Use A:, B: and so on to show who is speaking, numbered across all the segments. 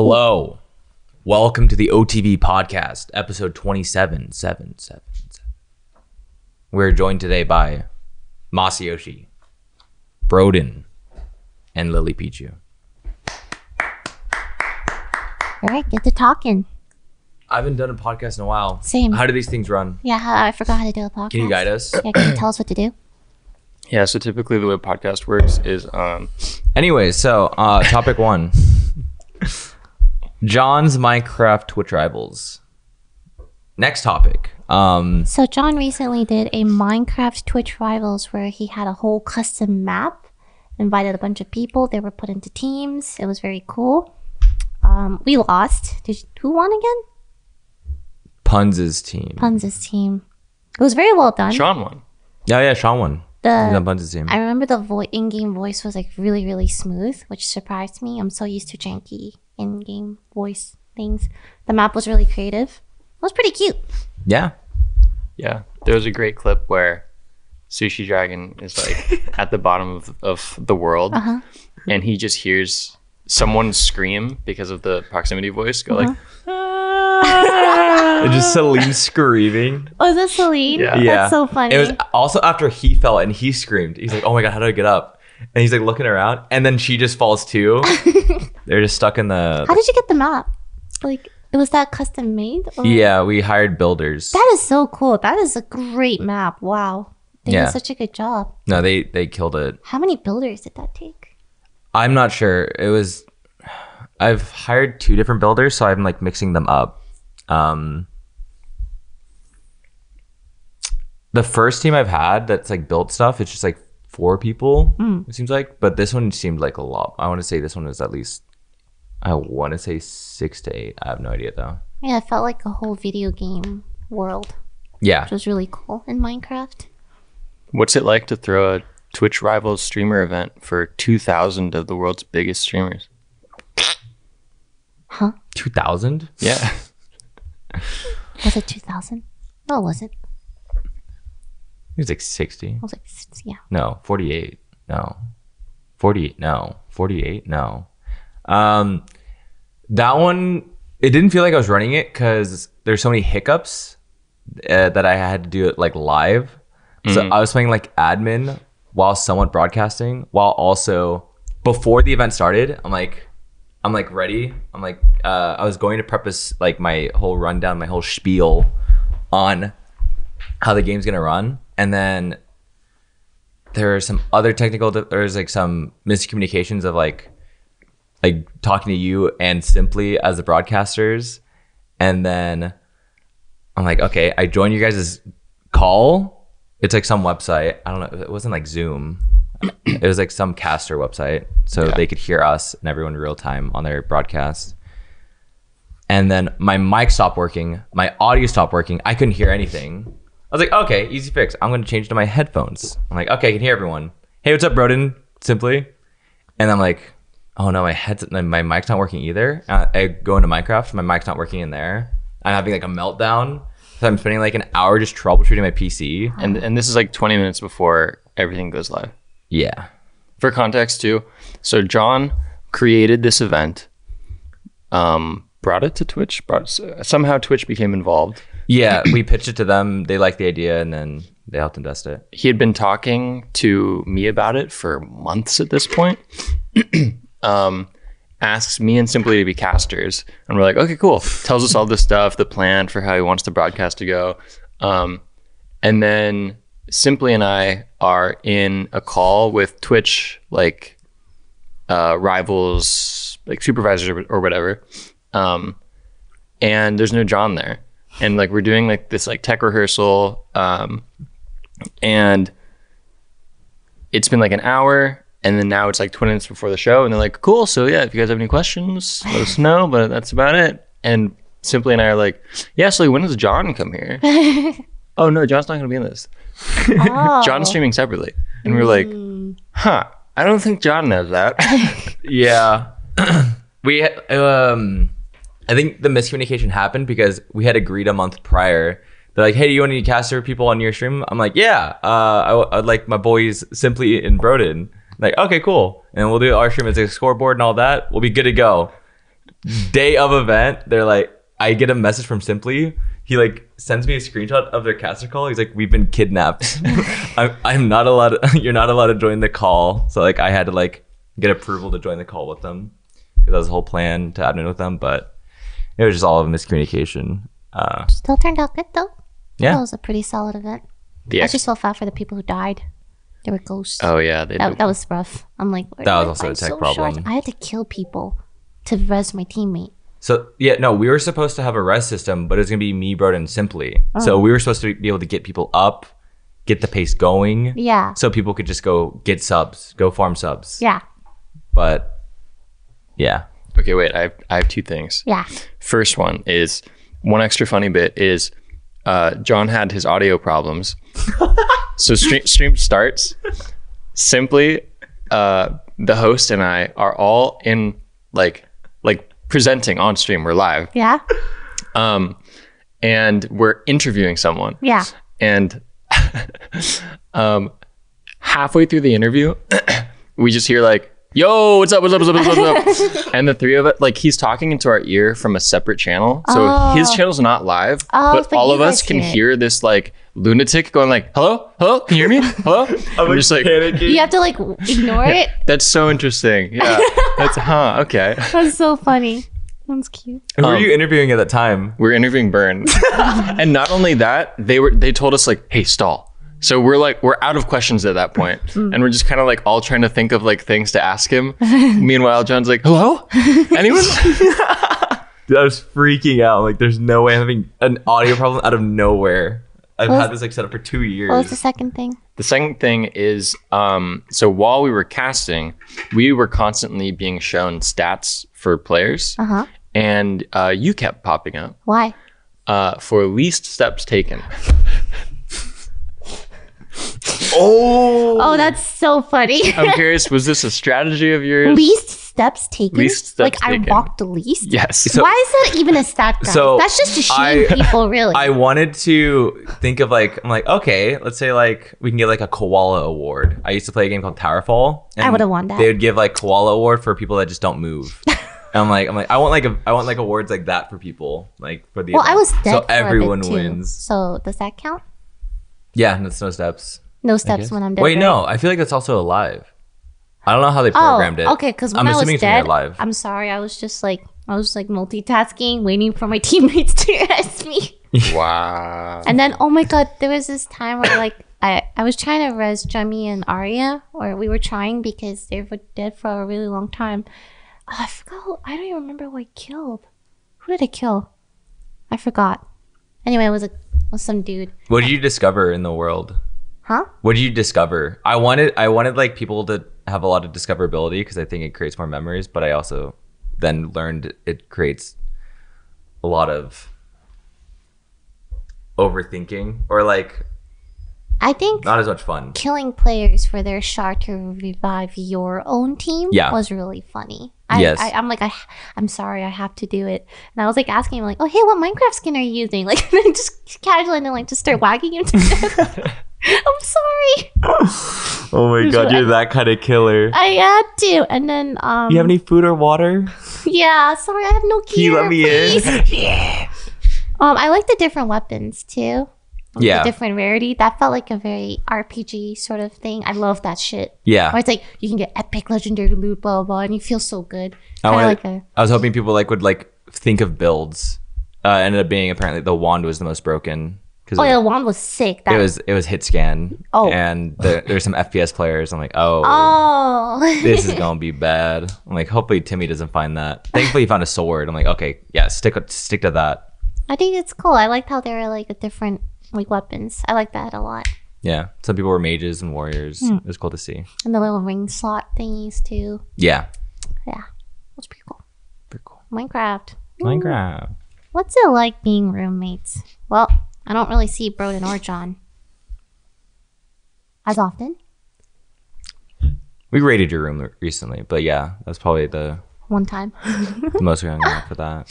A: Hello. Welcome to the OTV podcast, episode 27. Seven, seven, seven. We're joined today by Masayoshi, Broden, and Lily Pichu.
B: All right, get to talking.
A: I haven't done a podcast in a while.
B: Same.
A: How do these things run?
B: Yeah, I forgot how to do a podcast.
A: Can you guide us?
B: Yeah, can you tell us what to do?
C: Yeah, so typically the way a podcast works is um
A: Anyway, so uh, topic one John's Minecraft Twitch rivals. Next topic. Um,
B: So John recently did a Minecraft Twitch Rivals where he had a whole custom map, invited a bunch of people. They were put into teams. It was very cool. Um, we lost. Did who won again?
A: Punz's team.
B: Punza's team. It was very well done.
C: Sean one.
A: Yeah, yeah, Sean won. He's on
B: The
A: Punz's team.
B: Uh, I remember the vo- in-game voice was like really really smooth, which surprised me. I'm so used to janky in-game voice things. The map was really creative. It was pretty cute.
A: Yeah.
C: Yeah. There was a great clip where Sushi Dragon is like at the bottom of, of the world
B: Uh-huh.
C: and he just hears someone scream because of the proximity voice go like
A: And just Celine screaming.
B: Oh, is that Celine?
C: Yeah.
A: Yeah.
B: That's so funny.
A: It was also after he fell and he screamed. He's like, "Oh my god, how do I get up?" And he's like looking around, and then she just falls too. They're just stuck in
B: How
A: the.
B: did you get the map? Like, it was that custom made? Or-
A: Yeah, we hired builders.
B: That is so cool. That is a great map. Wow. They
A: Yeah.
B: did such a good job.
A: No, they they killed it.
B: How many builders did that take?
A: I'm not sure. It was. I've hired two different builders, so I'm like mixing them up. Um, the first team I've had that's like built stuff, it's just like four people. It seems like, but this one seemed like a lot. I want to say this one was at least. I want to say six to eight. I have no idea though.
B: Yeah, it felt like a whole video game world,
A: Yeah,
B: which was really cool in Minecraft.
C: What's it like to throw a Twitch Rivals streamer event for two thousand of the world's biggest streamers?
A: two thousand.
C: Yeah.
B: Was it 2000? No, it wasn't. It
A: It was like sixty.
B: was like, s- yeah.
A: No, 48. No. 48. No. 48. No. Um that one it didn't feel like I was running it cuz there's so many hiccups uh, that I had to do it like live. So I was playing like admin while somewhat broadcasting while also before the event started, I'm like I'm like ready. I'm like uh, I was going to preface like my whole rundown, my whole spiel on how the game's going to run and then there are some other technical di- there's like some miscommunications of like like talking to you and simply as the broadcasters and then i'm like okay i join you guys' call it's like some website i don't know it wasn't like zoom it was like some caster website so they could hear us and everyone in real time on their broadcast and then my mic stopped working my audio stopped working i couldn't hear anything I was like, okay, easy fix. I'm gonna change to my headphones. I'm like, okay, I can hear everyone. Hey, what's up, Broden? Simply, and I'm like, oh no, my head's my mic's not working either. Uh, I go into Minecraft, my mic's not working in there. I'm having like a meltdown. So I'm spending like an hour just troubleshooting my PC.
C: and and this is like twenty minutes before everything goes live.
A: Yeah,
C: for context too so john created this event um brought it to twitch brought somehow twitch became involved
A: yeah. we pitched it to them. They liked the idea, and then they helped invest it.
C: he had been talking to me about it for months at this point um asks me and simply to be casters and we're like okay cool tells us all this stuff the plan for how he wants the broadcast to go um and then simply and i are in a call with twitch like uh, rivals, like supervisors or, or whatever. Um, and there's no John there. And like we're doing like this like tech rehearsal. Um, and it's been like an hour. And then now it's like 20 minutes before the show. And they're like, cool. So yeah, if you guys have any questions, let us know. But that's about it. And Simply and I are like, yeah, so when does John come here? oh, no, John's not going to be in this.
B: Oh. Mm.
C: John's streaming separately. And we're like, huh, I don't think John knows that.
A: Yeah. we um I think the miscommunication happened because we had agreed a month prior. They're like, "Hey, do you want any caster people on your stream?" I'm like, "Yeah, uh, I w- I'd like my boys simply in Broden." Like, okay, cool, and we'll do our stream as a scoreboard and all that. We'll be good to go. day of event, they're like, I get a message from Simply. He like sends me a screenshot of their caster call. He's like, "We've been kidnapped. I'm, I'm not allowed. you're not allowed to join the call." So like, I had to like get approval to join the call with them because that was the whole plan to admin with them. But it was just all of a miscommunication. Uh,
B: Still turned out good though.
A: Yeah.
B: That was a pretty solid event.
C: The
B: I
C: ex-
B: just felt bad for the people who died. They were ghosts.
C: oh yeah, they
B: that, that was rough. I'm like, where
A: That
B: do
A: was also a
B: I find
A: tech
B: social
A: problem.
B: hours? I had to kill people to res my teammate.
A: So yeah, no, we were supposed to have a res system, but it was gonna be me, Broden, simply.
B: Oh.
A: So we were supposed to be able to get people up, get the pace going,
B: Yeah.
A: so people could just go get subs, go farm subs.
B: Yeah.
A: But yeah,
C: okay. Wait, I have, I have two things.
B: Yeah.
C: First one is one extra funny bit is uh, John had his audio problems. so stream, stream starts. Simply, uh, the host and I are all in like like presenting on stream. We're live,
B: Yeah.
C: um, and we're interviewing someone.
B: Yeah.
C: And um, halfway through the interview, we just hear like, "Yo, what's up? What's up? What's up? What's up?" What's up? and the three of us, like, he's talking into our ear from a separate channel, so his channel's not live,
B: Oh,
C: but
B: but
C: all
B: you
C: of us
B: guys
C: can
B: hear it.
C: hear this like lunatic going like, "Hello, hello, can you hear me? Hello?" I'm just like,
B: You have to like w- ignore it.
C: "That's so interesting. Yeah, that's huh? Okay."
B: That's so funny. That's cute.
A: who were you interviewing at that time?
C: we're interviewing Burn. and not only that, they were they told us like, hey, stall. So we're like we're out of questions at that point, and we're just kind of like all trying to think of like things to ask him. Meanwhile, John's like, "Hello, anyone?"
A: Dude, I was freaking out. Like, there's no way I'm having an audio problem out of nowhere. I've
B: Well-
A: had this like set up for two years.
B: What was the second thing?
C: the second thing is, um, so while we were casting, we were constantly being shown stats for players,
B: Uh huh.
C: and uh, you kept popping up
B: Why?
C: uh, for least steps taken.
A: oh,
B: Oh, that's so funny.
C: I'm curious, was this a strategy of yours?
B: least steps taken.
C: Least steps
B: like
C: taken.
B: I walked the least.
C: yes.
B: Why is that even a stat? Guys?
A: So,
B: that's just to shame
A: I-
B: people, really.
A: I wanted to think of like I'm like okay, let's say like we can get like a koala award. I used to play a game called Towerfall.
B: I would've won that.
A: They would give like koala award for people that just don't move. And I'm like I'm like I want like a, I want like awards like that for people like for the
B: well, I
A: event.
B: was dead.
A: so
B: for
A: everyone
B: a bit, too.
A: wins.
B: So does that count?
A: Yeah, that's no steps.
B: No
A: I guess.
B: steps when I'm dead.
A: Wait,
B: right?
A: no, I feel like that's also alive. I don't know how they
B: Oh,
A: programmed it.
B: okay. Because when
A: I'm
B: i
A: assuming
B: was
A: it's when you're
B: dead,
A: alive.
B: I'm sorry. I was just like I was like multitasking, waiting for my teammates to arrest me.
C: wow.
B: And then, oh my god, there was this time where like I, I was trying to res Jummy and Arya, or we were trying because they were dead for a really long time. Oh, I forgot. Who, I don't even remember who I killed. Who did I kill? I forgot. Anyway, it was a was some dude,
A: What did you discover in the world?
B: huh?
A: What did you discover? I wanted I wanted like people to have a lot of discoverability because I think it creates more memories, but I also then learned it creates a lot of overthinking or like
B: I think
A: not as much fun.
B: killing players for their shard to revive your own team
A: Yeah.
B: was really funny. I,
A: Yes.
B: I, I'm like, I, I'm sorry, I have to do it. And I was like asking him, like, oh, hey, what Minecraft skin are you using? Like, and then just casually, and then like just start wagging him to death. I'm sorry,
A: Oh my
B: God, you're
A: that kind of killer.
B: I had to. And then, um,
A: food or water?
B: yeah, sorry, I have no
A: Can
B: gear.
A: you let me in?
B: please. Um, I like the different weapons too. Like,
A: Yeah.
B: the different rarity. That felt like a very RPG sort of thing. I love that shit. Or
A: Yeah.
B: it's like you can get epic legendary loot, blah blah, blah and you feel so good.
A: Oh, I
B: Kind of
A: wanted-
B: like a
A: I was hoping people like would like think of builds. Uh ended up being apparently the wand was the most broken. Cause
B: oh,
A: it,
B: yeah, the wand was sick. That
A: it was it was hit scan.
B: Oh.
A: And the, there's some FPS players. I'm like,
B: oh,
A: this is gonna be bad. I'm like, hopefully Timmy doesn't find that. Thankfully, he found a sword. I'm like, okay, yeah, stick stick to that.
B: I think it's cool. I liked how there were like the different like weapons. I like that a lot.
A: Yeah, some people were mages and warriors.
B: Hmm.
A: It was cool to see.
B: And the little ring slot thingies too.
A: Yeah,
B: That's pretty cool.
A: pretty cool.
B: Minecraft. Ooh.
A: Minecraft.
B: What's it like being roommates? Well, I don't really see Broden or John as often.
A: We raided your room recently, but yeah, that's probably the,
B: One time. Mm-hmm.
A: the most we hung out for that.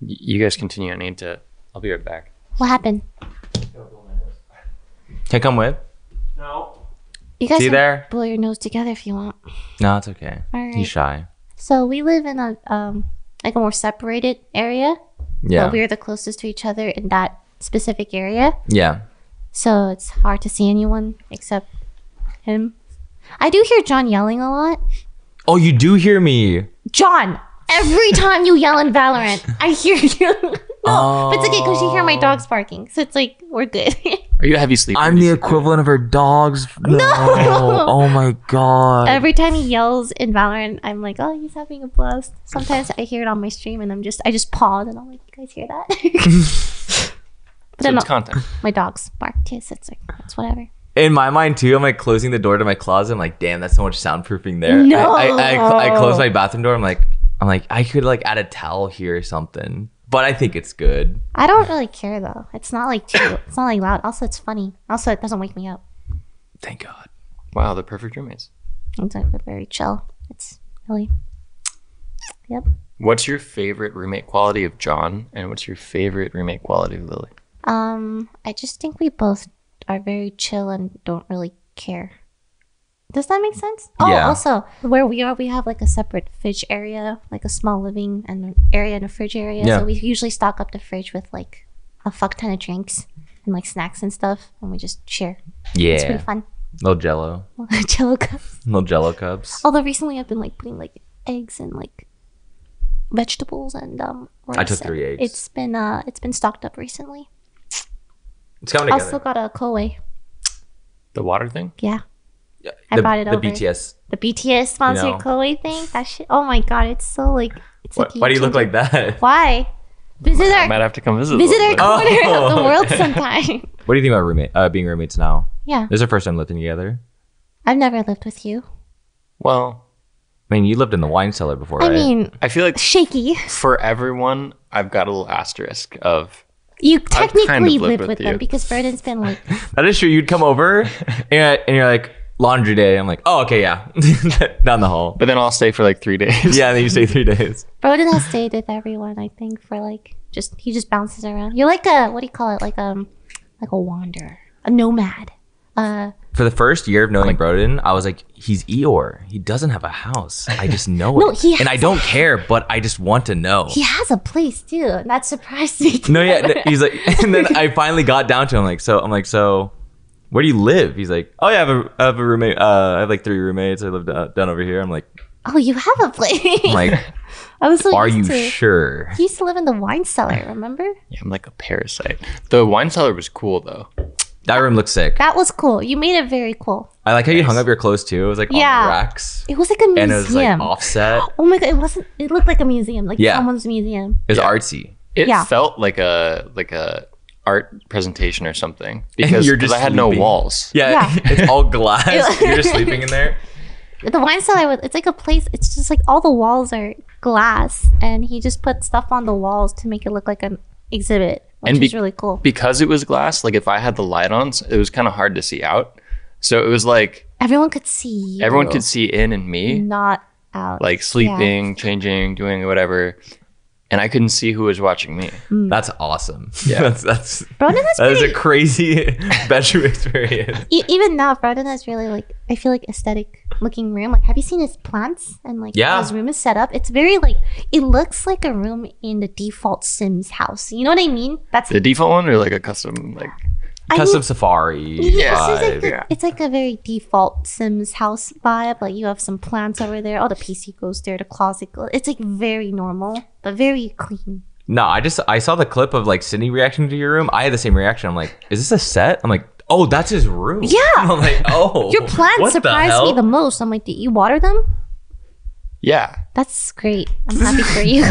C: Y- You guys continue. I need to. I'll be right back.
B: what happened?
A: Can I come with?
B: You guys
A: See
B: can
A: there?
B: blow your nose together if you want.
A: No, it's okay.
B: All right.
A: He's shy.
B: So we live in a um like a more separated area.
A: Yeah.
B: But we were the closest to each other in that specific area.
A: yeah.
B: So it's hard to see anyone except him. I do hear John yelling a lot.
A: Oh, you do hear me.
B: John, every time you yell in Valorant, I hear you. no, but it's okay because you hear my dogs barking. So it's like, we're good.
C: Are you a heavy sleeper?
A: I'm the equivalent of her dog's. No.
B: No.
A: Oh my god.
B: every time he yells in Valorant, I'm like, oh, he's having a blast. Sometimes I hear it on my stream and I'm just, I just pause and I'm like, you guys hear that? but
C: so
B: then
C: it's
B: I'll-
C: content.
B: my dogs bark too. So it's like, it's whatever.
A: in my mind too, I'm like closing the door to my closet. I'm like, damn, that's so much soundproofing there.
B: No.
A: I, I, I, cl- I close my bathroom door. I'm like, I'm like, I could like add a towel here or something. But I think it's good.
B: I don't really care though. It's not like too, it's not like loud. Also, it's funny. Also, it doesn't wake me up.
A: Thank God.
C: Wow, the perfect roommates.
B: It's like we're very chill. It's really
C: What's your favorite roommate quality of John, and what's your favorite roommate quality of Lily?
B: Um, I just think we both are very chill and don't really care. Does that make sense? Oh,
A: Yeah.
B: also, where we are, we have like a separate fridge area, like a small living and an area and a fridge area.
A: Yeah.
B: So we usually stock up the fridge with like a fuck ton of drinks and like snacks and stuff, and we just share. It's
A: Yeah.
B: pretty fun.
A: Little jello.
B: Jello cups.
A: Little jello cups.
B: Although recently I've been like putting like eggs and like vegetables and um.
A: I took
B: rice and-
A: three eggs.
B: It's been uh, it's been stocked up recently.
A: It's coming together.
B: Also got a Koei.
C: The water thing?
B: Yeah. I
A: the,
B: brought it
A: the
B: over.
A: BTS.
B: the BTS sponsored
A: You know.
B: Chloe thing. That shit. Oh my god, it's so like. It's
A: Why,
B: like
A: why do you look like that?
B: Why? Visit
C: I
B: our
C: might have to come visit.
B: visit our
C: Lily.
A: Oh.
B: corner of the world sometime.
A: What do you think about roommate uh, being roommates now?
B: yeah,
A: This is our first time living together.
B: I've never lived with you.
C: Well,
A: I mean, you lived in the wine cellar before,
B: I
A: right?
B: mean,
C: I feel like
B: shaky.
C: for everyone, I've got a little asterisk of
B: You technically
C: kind of lived
B: lived
C: with
B: with,
C: you.
B: them because Burden's been like,
A: that is true. You'd come over and, and you're like, laundry day. I'm like, oh, okay, yeah. Down the hall.
C: but then I'll stay for like three days.
A: Yeah, and then you stay three days.
B: Burden has stayed with everyone. I think for like just he just bounces around. You're like a what do you call it? Like um, like a wanderer, a nomad. Uh,
A: For the first year of knowing Broden, I was like, he's Eeyore. He doesn't have a house. I just know
B: No,
A: it.
B: he
A: and I don't care, but I just want to know.
B: he has a place too, and that surprised me.
A: No, yeah. no, he's like, and then I finally got down to him. Like, so I'm like, so where do you live? He's like, oh, yeah, I have a, I have a roommate. Uh, I have like three roommates. I live down, down over here. I'm like,
B: Oh, you have a place.
A: I'm like,
B: I was so
A: are you
B: used to-
A: sure?
B: He used to live in the wine cellar, remember?
C: Yeah, I'm like a parasite. The wine cellar was cool though.
A: That room looks sick.
B: That was cool. You made it very cool.
A: I like how you hung up your clothes too. It was like on
B: Yeah.
A: the racks,
B: It was like a museum.
A: and it was like offset.
B: oh my god, it wasn't it looked like a museum, like
A: Yeah.
B: someone's museum.
A: It was
C: Yeah.
A: artsy.
C: It
B: Yeah.
C: felt like a like a art presentation or something because
A: you're
C: because
A: just
C: I had no
A: sleeping.
C: walls.
A: Yeah,
B: Yeah.
A: it's all glass.
B: Ew.
A: You're just sleeping in there.
B: The wine cellar was it's like a place it's just like all the walls are glass and he just put stuff on the walls to make it look like an exhibit, which
C: And be-
B: is really cool.
C: Because it was glass, like if I had the light on, s- it was kind of hard to see out. So it was like
B: Everyone could see you,
C: everyone could see in and me,
B: not out.
C: like sleeping, changing, doing whatever, and I couldn't see who was watching me.
A: That's awesome. Yeah, that's that's
B: Broden is
A: that is
B: pretty
A: a crazy bedroom experience.
B: e- even now, Broden has really like I feel like aesthetic looking room. Like, have you seen his plants and like
A: Yeah.
B: how his room is set up? It's very like it looks like a room in the default Sims house. You know what I mean? That's
C: The default one or like a custom like
B: I
A: Custom
B: mean,
A: Safari.
B: yeah, it's, just
A: vibe.
B: like the- it's like a very default Sims house vibe. Like you have some plants over there. Oh, the PC goes there. The closet goes. It's like very normal, but very clean.
A: No, I just I saw the clip of like Sydney reacting to your room. I had the same reaction. I'm like, is this a set? I'm like, oh, that's his room.
B: Yeah.
A: I'm like, oh,
B: Your plants
A: what the
B: surprised me
A: hell?
B: the most. I'm like, did you water them?
C: yeah,
B: That's great. I'm happy for you.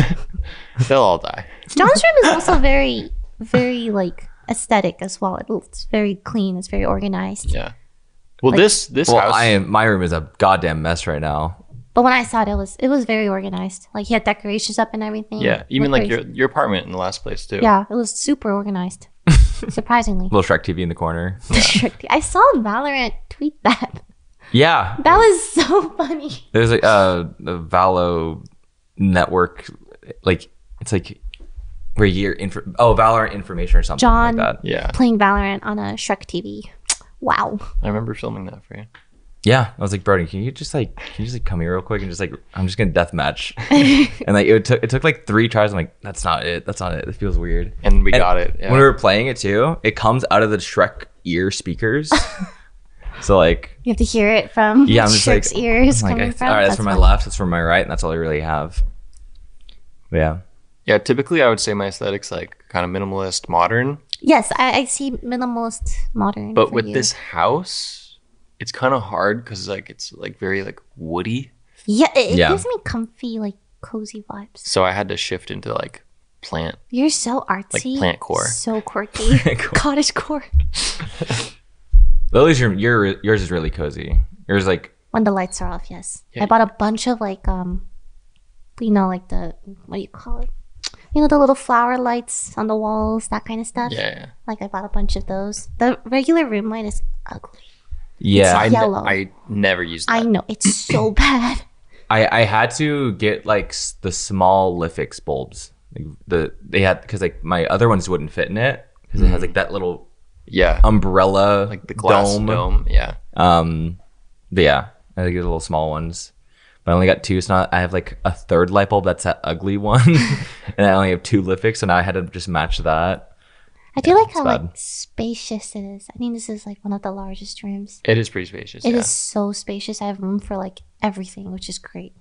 C: they'll all die.
B: John's room is also very, very like aesthetic as well. It- It's very clean. It's very organized.
C: Yeah. Well, this this
A: Well,
C: house
A: I am. My room is a goddamn mess right now.
B: But when I saw it, it was it was very organized. Like he had decorations up and everything.
C: Yeah, even
B: Looked
C: like
B: very-
C: your your apartment in the last place too.
B: Yeah, it was super organized. Surprisingly,
A: Little Shrek TV in the corner.
B: I saw Valorant tweet that.
A: Yeah,
B: That was so funny.
A: there's a, uh, a Valo network, like it's like where you're inf- oh Valorant information or something
B: John.
A: like that.
C: Yeah,
B: Playing Valorant on a Shrek TV. Wow.
C: I remember filming that for you.
A: Yeah, I was like, Brody, can you just like, can you just like come here real quick and just like, I'm just gonna death match, and like it took it took like three tries. I'm like, that's not it, that's not it. This feels weird.
C: And we
A: And
C: got it. Yeah.
A: When we were playing it too, it comes out of the Shrek ear speakers. so like,
B: You have to hear it from
A: yeah, I'm just
B: Shrek's
A: like,
B: ears
A: I'm like,
B: coming
A: I-
B: from.
A: all right, that's, from my
B: fine.
A: left, that's from my right, and that's all I really have. But yeah,
C: yeah, typically I would say my aesthetics like kind of minimalist, modern,
B: Yes, I, I see minimalist modern.
C: but
B: for
C: with
B: you.
C: this house, it's kind of hard because like it's like very like woody.
B: yeah, it, it
A: Yeah.
B: gives me comfy, like cozy vibes.
C: So I had to shift into like plant.
B: You're so artsy,
C: plant core.
B: so quirky, cottage core.
A: but at least your, your yours is really cozy. Yours like
B: When the lights are off, yes.
C: Yeah.
B: I bought a bunch of like um, you know, like the what do you call it? You know the little flower lights on the walls, that kind of stuff.
C: Yeah, yeah.
B: Like I bought a bunch of those. The regular room light is ugly.
A: yeah.
C: I,
A: I,
C: ne-
B: Yellow.
C: I never used
B: I
C: that.
B: know it's so bad.
A: I, had to get like s- the small Lifix bulbs. Like the they had because like my other ones wouldn't fit in it because it has like that little
C: yeah,
A: umbrella
C: like the glass dome. Yeah,
A: Um, but yeah, I think the little small ones. But I only got two. So now I have like a third light bulb that's that ugly one, and I only have two Lifix, so now I had to just match that.
B: I do like
A: it's
B: how
A: bad.
B: like spacious it is. I think this is like one of the largest rooms.
C: it is pretty spacious.
B: It is
C: yeah.
B: so spacious. I have room for like everything, which is great.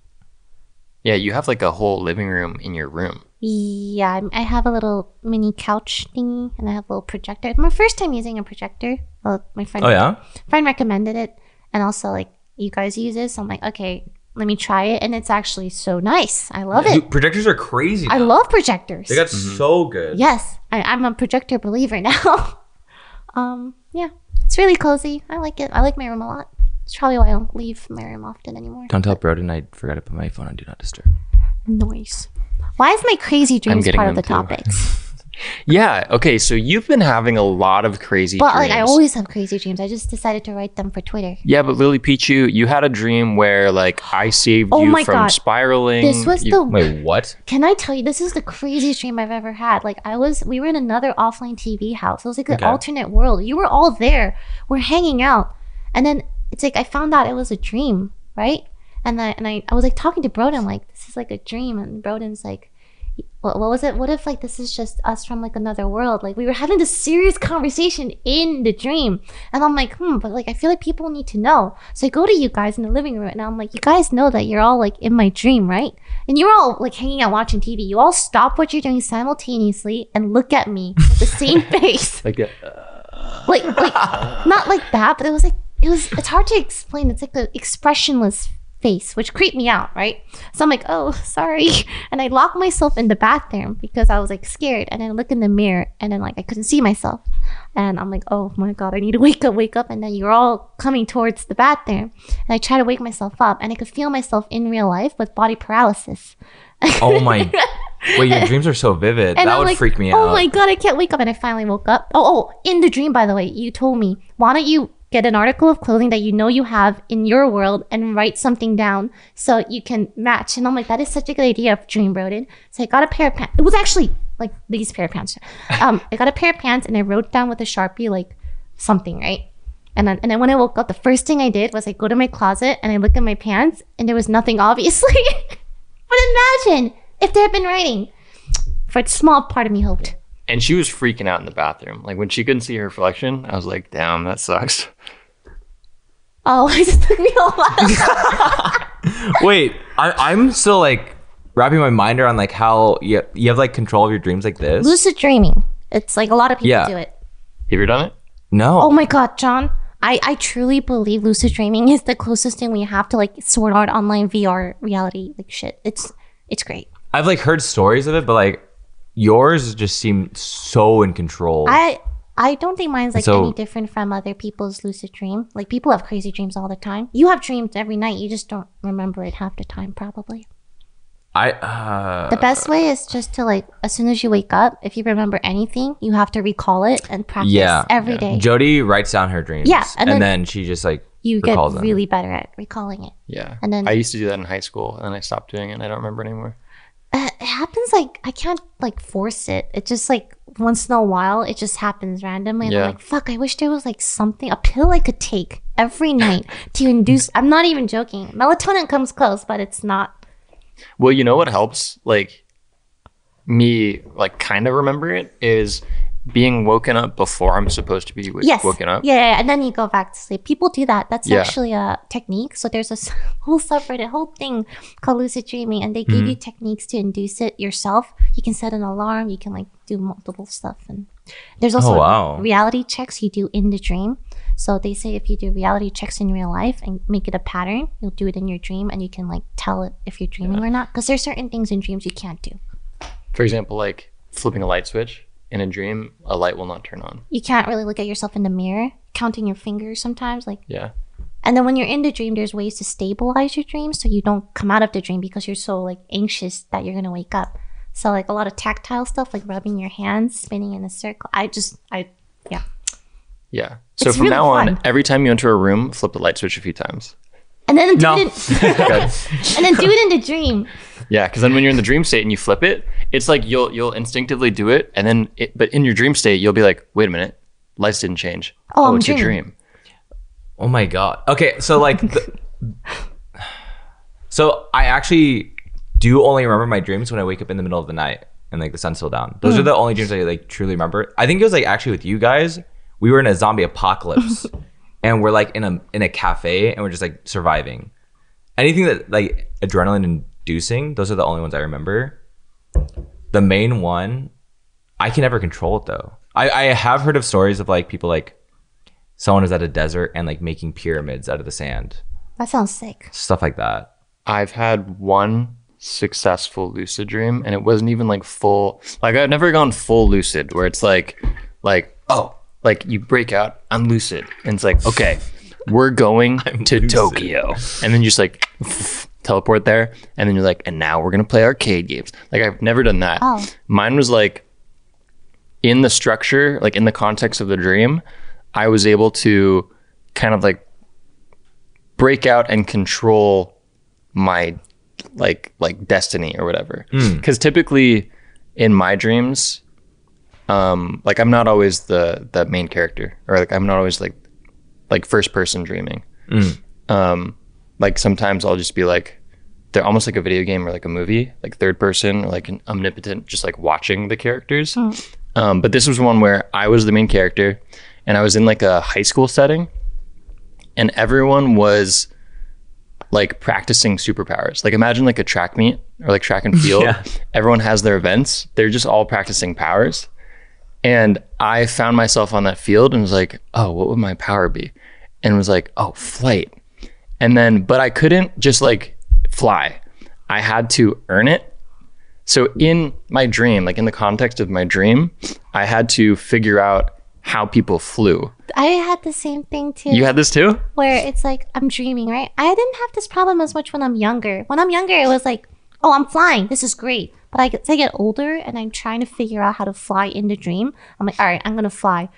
C: Yeah, you have like a whole living room in your room.
B: Yeah, I'm- I have a little mini couch thingy, and I have a little projector. It's my first time using a projector. Well, my friend,
A: Oh yeah,
B: friend recommended it, and also like you guys use this. So I'm like, okay, let me try it, and it's actually so nice. I love it.
A: Dude, projectors are crazy.
B: I
A: now.
B: love Mm-hmm. projectors.
A: They got so good.
B: yes, I, I'm a projector believer now. um, yeah, it's really cozy. I like it. I like my room a lot. It's probably why I don't leave my room often anymore.
A: Don't tell Broden I forgot to put my phone on do not disturb.
B: Noise. Why is my crazy dreams
C: getting
B: part of the
C: them too.
B: topics?
C: Yeah. Okay. So you've been having a lot of crazy.
B: But like I
C: dreams.
B: always have crazy dreams. I just decided to write them for Twitter.
C: Yeah, but Lily Pichu, you had a dream where like I saved
B: Oh
C: you
B: my
C: from
B: God.
C: spiraling.
B: This was
C: You-
B: the
A: Wait, what?
B: can I tell you this is the craziest dream I've ever had. Like I was we were in another offline TV house. It was like an
A: Okay.
B: alternate world. You were all there. We're hanging out. And then it's like I found out it was a dream, right? And I and I, I was like talking to Broden like this is like a dream and Broden's like what, what was it? What if like this is just us from like another world? Like we were having this serious conversation in the dream, and I'm like, hmm, but like I feel like people need to know. So I go to you guys in the living room, and I'm like, you guys know that you're all like in my dream, right? And you're all like hanging out watching TV. You all stop what you're doing simultaneously and look at me with the same face,
C: like uh,
B: like like not like that, but it was like it was. It's hard to explain. It's like the expressionless face, which creeped me out, right? So I'm like, oh, sorry. And I locked myself in the bathroom because I was like scared. And then I look in the mirror and then like I couldn't see myself. And I'm like, oh my God, I need to wake up, wake up. And then you're all coming towards the bathroom. And I try to wake myself up and I could feel myself in real life with body paralysis.
A: Oh my! Wait, your dreams are so vivid.
B: And
A: that
B: I'm
A: would
B: like,
A: freak me
B: Oh
A: out.
B: my god, I can't wake up. And I finally woke up. Oh, oh, in the dream, by the way, you told me, why don't you get an article of clothing that you know you have in your world and write something down so you can match? And I'm like, that is such a good idea, Dream Broden. So I got a pair of pants. It was actually like these pair of pants. Um, I got a pair of pants and I wrote down with a sharpie like something, right? And then, and then when I woke up, the first thing I did was I go to my closet and I look at my pants and there was nothing, obviously. but imagine if there had been writing. For a small part of me hoped.
C: and she was freaking out in the bathroom. Like when she couldn't see her reflection, I was like, "Damn, that sucks."
B: Oh, it just took me a while.
A: Wait, I, I'm still like wrapping my mind around like how you you have like control of your dreams like this.
B: Lucid dreaming. It's like a lot of people
A: Yeah.
B: do it.
C: Have you done it?
A: No.
B: Oh my god, John. I, I truly believe lucid dreaming is the closest thing we have to like sword art online VR reality like shit. It's it's great.
A: I've like heard stories of it, but like yours just seemed so in control.
B: I I don't think mine's like
A: So-
B: any different from other people's lucid dream. Like people have crazy dreams all the time. You have dreams every night, you just don't remember it half the time probably.
A: I uh,
B: The best way is just to like as soon as you wake up, if you remember anything, you have to recall it and practice
A: Yeah.
B: every day.
A: Jody writes down her dreams.
B: Yeah,
A: and,
B: and
A: then,
B: then-
A: she just like
B: you get
A: recalls them.
B: really better at recalling it.
C: Yeah.
B: And then-
C: I used to do that in high school, and then I stopped doing it. and I don't remember anymore.
B: Uh, it happens like I can't like force it. It just like once in a while, it just happens randomly. And
C: Yeah.
B: I'm like, fuck, I wish there was like something, a pill I could take every night to induce. I'm not even joking. Melatonin comes close, but it's not.
C: Well, you know what helps like me like kind of remember it is being woken up before I'm supposed to be w-
B: Yes.
C: woken up.
B: Yeah, yeah, yeah, and then you go back to sleep. People do that. That's
C: Yeah.
B: actually a technique. So there's a s- whole subreddit, whole thing called lucid dreaming, and they give you
C: Mm-hmm.
B: techniques to induce it yourself. You can set an alarm. You can like do multiple stuff, and there's also
A: Oh, wow.
B: reality checks you do in the dream. So they say if you do reality checks in real life and make it a pattern, you'll do it in your dream, and you can like tell it if you're dreaming or not. Because there's certain things in dreams you can't do.
C: For example, like flipping a light switch in a dream, a light will not turn on.
B: You can't really look at yourself in the mirror, counting your fingers sometimes, like.
C: Yeah.
B: And then when you're in the dream, there's ways to stabilize your dream so you don't come out of the dream because you're so like anxious that you're gonna wake up. So like a lot of tactile stuff, like rubbing your hands, spinning in a circle. I just I yeah.
C: Yeah. So
B: It's
C: from
B: really
C: now on,
B: fun.
C: every time you enter a room, flip the light switch a few times.
B: And then do
A: No.
B: it in, and then do it in the dream.
C: Yeah, because then when you're in the dream state and you flip it, it's like you'll you'll instinctively do it, and then it, but in your dream state you'll be like, wait a minute, lights didn't change.
B: Oh, I'm
C: it's your
B: dreaming.
C: dream.
A: Oh my god. Okay, so like, the, so I actually do only remember my dreams when I wake up in the middle of the night and like the sun's still down. Those are the only dreams I like truly remember. I think it was like actually with you guys, we were in a zombie apocalypse, and we're like in a in a cafe and we're just like surviving. Anything that like adrenaline inducing, those are the only ones I remember. The main one, I can never control it though. I, I have heard of stories of like people like someone was at a desert and like making pyramids out of the sand,
B: That sounds sick.
A: stuff like that.
C: I've had one successful lucid dream, and it wasn't even like full. Like I've never gone full lucid, where it's like, like oh, like you break out, I'm lucid, and it's like okay, we're going to
A: lucid.
C: Tokyo, and then you just like teleport there, and then you're like, and now we're gonna play arcade games. Like I've never done that.
B: Oh.
C: Mine was like in the structure, like in the context of the dream, I was able to kind of like break out and control my like like destiny or whatever. Because typically in my dreams, um, like I'm not always the the main character, or like I'm not always like like first person dreaming. Um, like sometimes I'll just be like they're almost like a video game or like a movie, like third person, or like an omnipotent, just like watching the characters. Um, but this was one where I was the main character, and I was in like a high school setting, and everyone was like practicing superpowers. Like imagine like a track meet or like track and field.
A: Yeah.
C: Everyone has their events. They're just all practicing powers. And I found myself on that field and was like, oh, what would my power be? And was like, oh, flight. And then, but I couldn't just like fly. I had to earn it. So in my dream, like in the context of my dream, I had to figure out how people flew.
B: I had the same thing too.
C: You had this too?
B: where it's like I'm dreaming, right? I didn't have this problem as much when I'm younger. When I'm younger, it was like, oh, I'm flying. This is great. But I, as I get older and I'm trying to figure out how to fly in the dream, I'm like, all right, I'm gonna fly.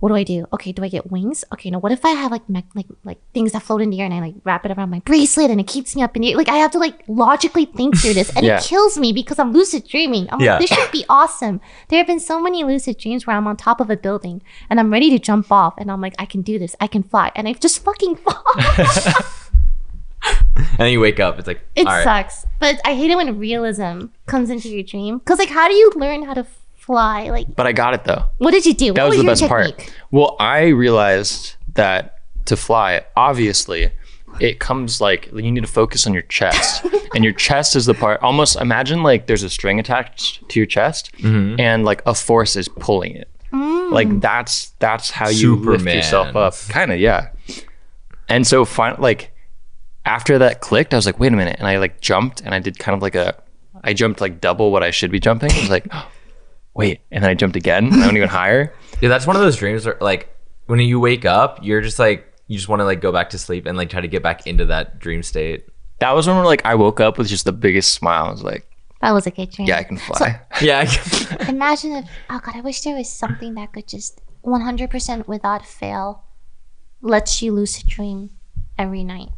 B: What do I do? Okay, do I get wings? Okay, now what if I have like mech like like things that float in the air and I like wrap it around my bracelet and it keeps me up in the air? Like I have to like logically think through this, and
C: Yeah.
B: it kills me because I'm lucid dreaming. I'm
A: Yeah.
B: like, this should be awesome. There have been so many lucid dreams where I'm on top of a building and I'm ready to jump off, and I'm like, I can do this, I can fly, and I just fucking fall.
A: And then you wake up, it's like,
B: It
A: all right.
B: sucks, but I hate it when realism comes into your dream. Cause like, how do you learn how to fly? Like,
C: But I got it though.
B: what did you do?
C: That
B: what
C: was the
B: your
C: best part. Well, I realized that to fly, obviously, it comes like you need to focus on your chest. and your chest is the part almost imagine like there's a string attached to your chest and like a force is pulling it. Like that's that's how you lift
A: Superman.
C: yourself up. Kind of, yeah. And so fin- like after that clicked, I was like, wait a minute. And I like jumped and I did kind of like a I jumped like double what I should be jumping. I was like, wait. And then I jumped again. and I went even higher.
A: Yeah, that's one of those dreams where like when you wake up, you're just like you just want to like go back to sleep and like try to get back into that dream state.
C: That was when we're like I woke up with just the biggest smile. I was like,
B: That was a good dream.
C: yeah, I can fly.
A: Yeah.
B: Imagine if, oh god, I wish there was something that could just 100% without fail lets you lucid dream every night.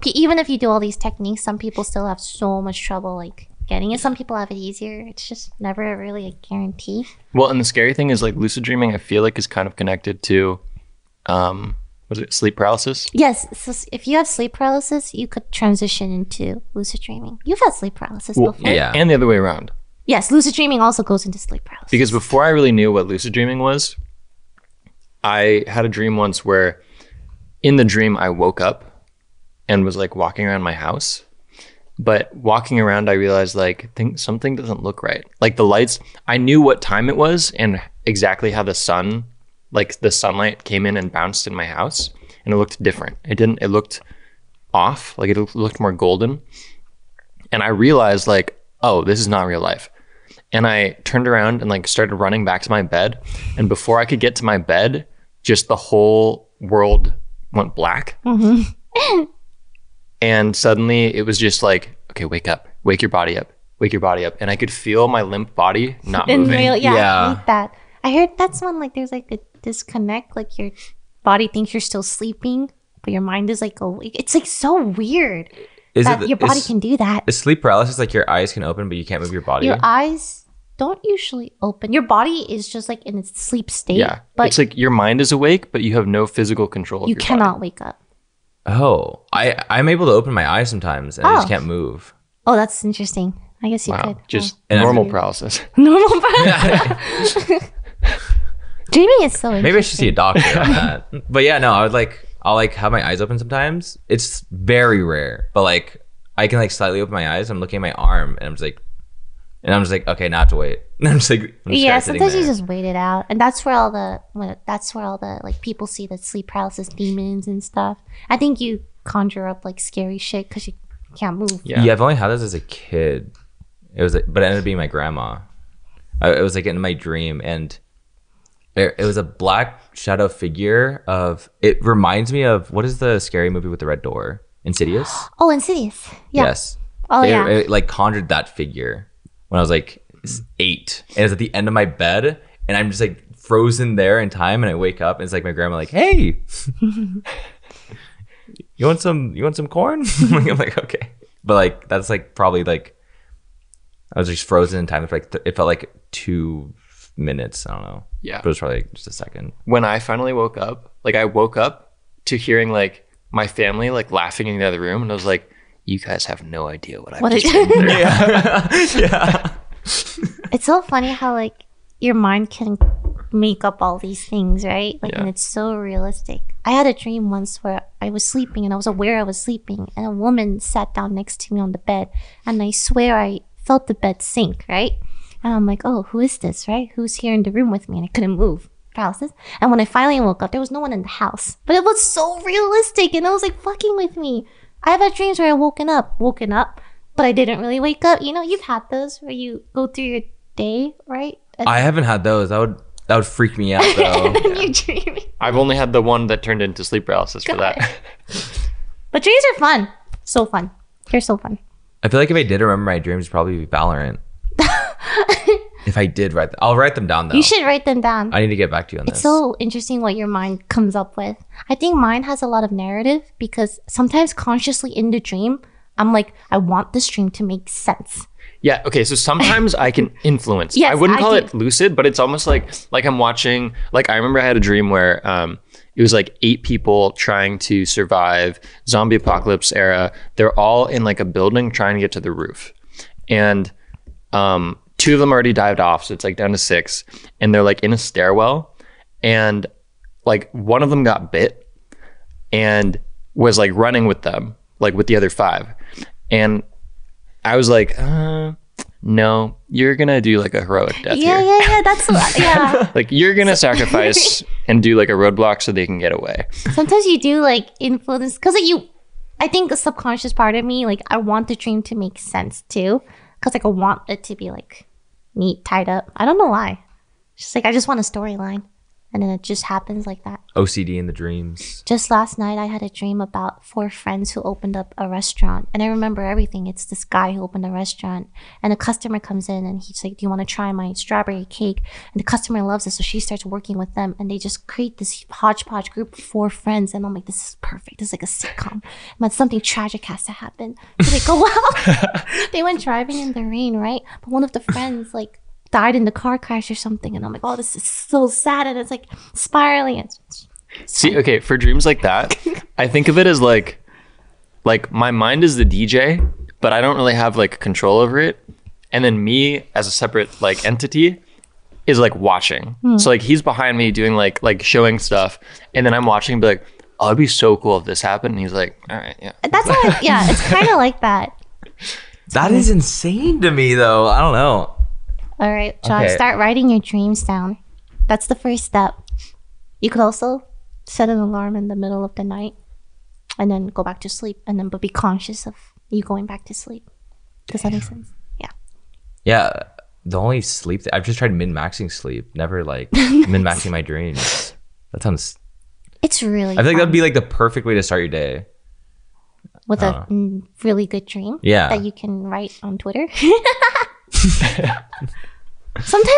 B: P- Even if you do all these techniques, some people still have so much trouble like getting it. Some people have it easier. It's just never really a guarantee.
C: well, and the scary thing is like lucid dreaming I feel like is kind of connected to um was it sleep paralysis?
B: Yes. So s- if you have sleep paralysis, you could transition into lucid dreaming. You've had sleep paralysis before.
C: and-
A: yeah.
C: and the other way around.
B: Yes, lucid dreaming also goes into sleep paralysis.
C: Because before I really knew what lucid dreaming was, I had a dream once where in the dream I woke up and was like walking around my house. But walking around, I realized like think something doesn't look right. Like the lights, I knew what time it was and exactly how the sun, like the sunlight came in and bounced in my house, and it looked different. It didn't. It looked off. Like it looked more golden. And I realized like, oh, this is not real life and I turned around and like started running back to my bed. And before I could get to my bed, just the whole world went black. and suddenly it was just like, okay, wake up, wake your body up, wake your body up. And I could feel my limp body not
B: in
C: moving.
B: real, yeah,
A: Yeah.
B: I hate that. I heard that's when like there's like a disconnect. Like your body thinks you're still sleeping, but your mind is like awake. It's like so weird
A: Is
B: that
A: it
B: your body
A: is,
B: can do that.
A: is sleep paralysis like your eyes can open but you can't move your body?
B: Your eyes don't usually open. Your body is just like in its sleep state.
C: yeah.
B: but
C: it's like your mind is awake, but you have no physical control. Of
B: you
C: your
B: cannot
C: Body.
B: wake up.
A: oh, I I'm able to open my eyes sometimes and I just
B: Oh.
A: can't move.
B: Oh, that's interesting. I guess you
C: Wow.
B: could.
C: Just
A: And I'm-
C: normal paralysis.
B: Oh. normal. body. Dreaming is so interesting.
A: Maybe I should see a doctor on that. But yeah, no, I would like I'll like have my eyes open sometimes. It's very rare, but like I can like slightly open my eyes. I'm looking at my arm and I'm just like, and I'm just like, okay, not to wait. And I'm just like, I'm just
B: yeah,
A: kinda sitting
B: sometimes you
A: there.
B: just wait it out, and that's where all the when, that's where all the like people see the sleep paralysis demons and stuff. I think you conjure up like scary shit because you can't move.
A: yeah. I've only had this as a kid. It was, but it ended up being my grandma. I, it was like in my dream, and it, it was a black shadow figure of. It reminds me of what is the scary movie with the red door? Insidious.
B: Oh, insidious. Yeah.
A: Yes.
B: Oh
A: they,
B: yeah.
A: it, like conjured that figure when I was like s- eight, and it's at the end of my bed, and I'm just like frozen there in time, and I wake up, and it's like my grandma, like, "Hey, you want some? You want some corn?" Like, I'm like, "Okay," but like that's like probably like I was just frozen in time for like th- it felt like two minutes. I don't know.
C: Yeah.
A: but it was probably like, just a second.
C: when I finally woke up, like I woke up to hearing like my family like laughing in the other room, and I was like, "You guys have no idea what I've
B: What
C: just
B: is-
C: been through."
A: yeah.
B: it's so funny how like your mind can make up all these things, right? Like, and it's so realistic. I had a dream once where I was sleeping and I was aware I was sleeping, and a woman sat down next to me on the bed, and I swear I felt the bed sink, right? And I'm like, oh, who is this, right? Who's here in the room with me? And I couldn't move. Paralysis. And when I finally woke up, there was no one in the house. But it was so realistic, and I was like, fucking with me. I've had dreams where I woken up, woken up, but I didn't really wake up. You know, you've had those where you go through your day, right? And
A: I haven't had those. That would that would freak me out though.
B: then you're dreaming.
C: I've only had the one that turned into sleep paralysis for that.
B: But dreams are fun. So fun. They're so fun.
A: I feel like if I did remember my dreams, it'd probably be Valorant. if I did write, th- I'll write them down though.
B: You should write them down.
A: Oh. I need to get back to you on this.
B: so interesting what your mind comes up with. I think mine has a lot of narrative because sometimes consciously in the dream, I'm like, I want this dream to make sense.
C: yeah. Okay. So sometimes I can influence.
B: Yes,
C: I wouldn't
B: I
C: call it
B: do.
C: lucid, but it's almost like like I'm watching. Like I remember I had a dream where um it was like eight people trying to survive zombie apocalypse era. They're all in like a building trying to get to the roof, and um, two of them already dived off, so it's like down to six, and they're like in a stairwell, and like one of them got bit, and was like running with them, like with the other five, and I was like, uh, no, you're gonna do like a heroic death
B: Yeah,
C: here,
B: yeah, yeah. That's a lot. Yeah.
C: like you're gonna sacrifice and do like a roadblock so they can get away.
B: sometimes you do like influence because like you, I think a subconscious part of me, like I want the dream to make sense too because like I want it to be like neat, tied up. I don't know why. It's just like I just want a storyline. And then it just happens like that.
A: OCD in the dreams.
B: Just last night, I had a dream about four friends who opened up a restaurant, and I remember everything. It's this guy who opened a restaurant, and a customer comes in, and he's like, "Do you want to try my strawberry cake?" And the customer loves it, so she starts working with them, and they just create this hodgepodge group of four friends. And I'm like, "This is perfect. This is like a sitcom, but something tragic has to happen." So they go out. they went driving in the rain, right? But one of the friends like died in the car crash or something, and I'm like, "Oh, this is so sad," and it's like spiraling. It's
C: See, okay, for dreams like that, I think of it as like, like my mind is the DJ, but I don't really have like control over it. And then me as a separate like entity is like watching.
B: Hmm.
C: So like he's behind me doing like like showing stuff, and then I'm watching, and be like, oh, it'd be so cool if this happened. And he's like, all right, yeah.
B: That's how I- yeah, it's kind of like that.
A: That is insane to me, though. I don't know.
B: All right, John,
A: Okay.
B: start writing your dreams down. That's the first step. You could also set an alarm in the middle of the night and then go back to sleep and then but be conscious of you going back to sleep. Does that make sense?
A: Yeah, the only sleep that I've just tried min maxing sleep, never like min maxing my dreams. That sounds.
B: It's really
A: I think
B: fun
A: that'd be like the perfect way to start your day.
B: with a mm, really good dream
A: Yeah.
B: that you can write on Twitter. Sometimes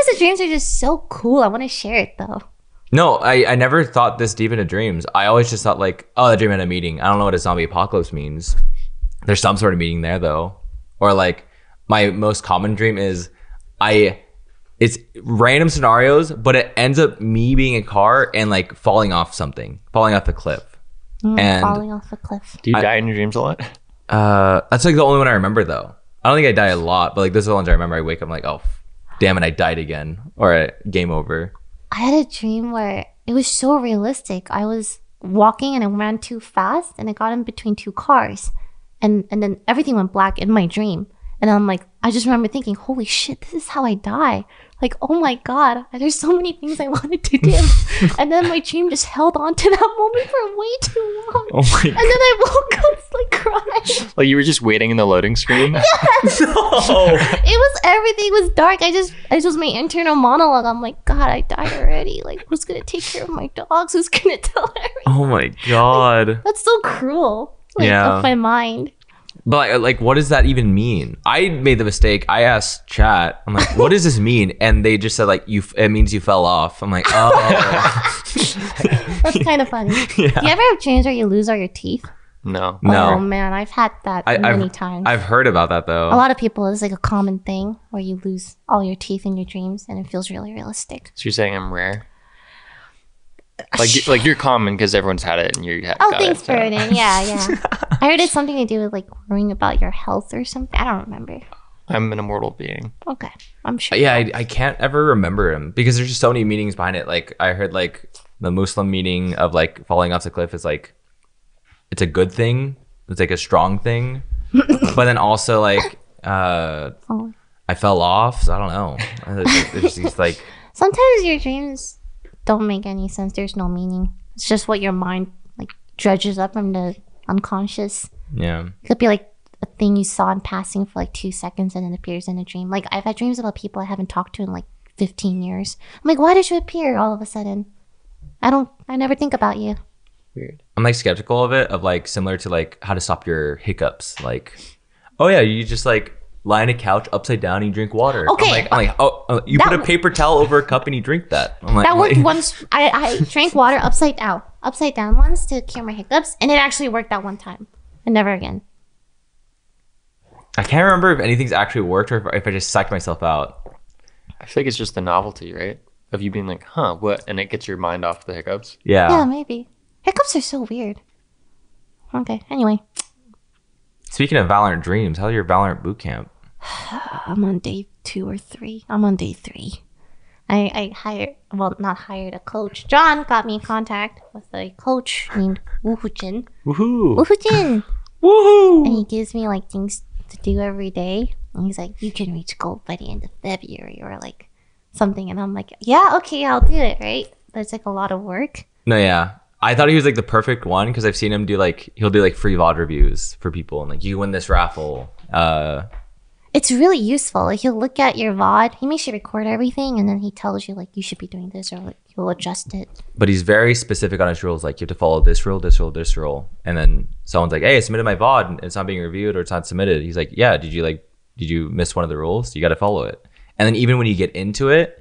B: the dreams are just so cool. I want to share it though.
A: No, I, I never thought this deep into dreams. I always just thought like, oh, that dream had a meeting. I don't know what a zombie apocalypse means. There's some sort of meeting there though. Or like my most common dream is I it's random scenarios, but it ends up me being a car and like falling off something, falling off the cliff.
B: Mm,
A: And-
B: falling off a cliff.
C: Do you die in your dreams a lot?
A: Uh, that's like the only one I remember though. I don't think I die a lot, but like those are the ones I remember. I wake up I'm like, oh, f- damn it, I died again, or uh, game over.
B: I had a dream where it was so realistic. I was walking and I ran too fast and I got in between two cars and, and then everything went black in my dream. And I'm like, I just remember thinking, holy shit, this is how I die. Like, oh my God, there's so many things I wanted to do. and then my dream just held on to that moment for way too long.
A: my
B: And then I woke up like crying.
C: Like you were just waiting in the loading screen.
B: It was everything was dark. I just I just my internal monologue. I'm like, God, I died already. Like, who's gonna take care of my dogs? Who's gonna tell everything?
A: oh my god.
B: That's so cruel. Like,
A: Yeah.
B: of my mind.
A: But like, like, what does that even mean? I made the mistake. I asked chat. I'm like, what does this mean? And they just said like, you. F- it means you fell off. I'm like, oh
B: That's kind of funny. Do you ever have dreams where you lose all your teeth?
C: No.
B: Oh
A: no.
B: man, I've had that
A: I- I've-
B: many times.
A: I've heard about that though.
B: a lot of people, it's like a common thing where you lose all your teeth in your dreams and it feels really realistic.
C: So you're saying I'm rare? Like you- like you're common because everyone's had it and you have.
B: Oh,
C: got
B: thanks,
C: it, so-
B: Burden. Yeah, yeah. I heard it's something to do with like worrying about your health or something. I don't remember.
C: I'm an immortal being.
B: Okay, I'm sure.
A: yeah, I, I can't ever remember him because there's just so many meanings behind it. Like I heard like the Muslim meaning of like falling off the cliff is like it's a good thing. It's like a strong thing. but then also like uh
B: Oh.
A: I fell off, so I don't know. There's- There's these like
B: Sometimes your dreams don't make any sense. There's no meaning. It's just what your mind like dredges up from the unconscious.
A: yeah.
B: It could be like a thing you saw in passing for like two seconds and it appears in a dream. Like I've had dreams about people I haven't talked to in like 15 years. I'm like, why did you appear all of a sudden? I don't. I never think about you.
C: Weird.
A: I'm like skeptical of it, of like similar to like how to stop your hiccups. Like, oh yeah, you just like lie on a couch upside down and you drink water.
B: Okay.
A: I'm like, I'm like oh, uh, you
B: That
A: put a
B: w-
A: paper towel over a cup and you drink that. I'm like,
B: That worked
A: wait.
B: once. I, I drank water upside down, upside down once to cure my hiccups, and it actually worked that one time, and never again.
A: I can't remember if anything's actually worked or if, if I just psyched myself out.
C: I feel like it's just the novelty, right? Of you being like, huh, what? And it gets your mind off the hiccups.
A: Yeah.
B: Yeah, maybe. Hiccups are so weird. Okay, anyway,
A: Speaking of Valorant dreams, how's your Valorant boot camp?
B: Uh, I'm on day two or three. I'm on day three. I, I hired, well, not hired a coach. John got me in contact with a coach named Woo Hoo Jin.
C: Woohoo!
B: Woo Hoo Jin!
A: Woohoo!
B: And he gives me like things to do every day. And he's like, you can reach gold by the end of February or like something. And I'm like, yeah, okay, I'll do it, right? But it's like a lot of work.
A: No, yeah. I thought he was like the perfect one because I've seen him do like he'll do like free VOD reviews for people and like you win this raffle. Uh
B: it's really useful. Like he'll look at your VOD, he makes you record everything, and then he tells you like you should be doing this or like he'll adjust it.
A: but he's very specific on his rules. Like you have to follow this rule, this rule, this rule, and then someone's like, "Hey, I submitted my VOD and it's not being reviewed or it's not submitted." He's like, "Yeah, did you like did you miss one of the rules? You got to follow it." And then even when you get into it,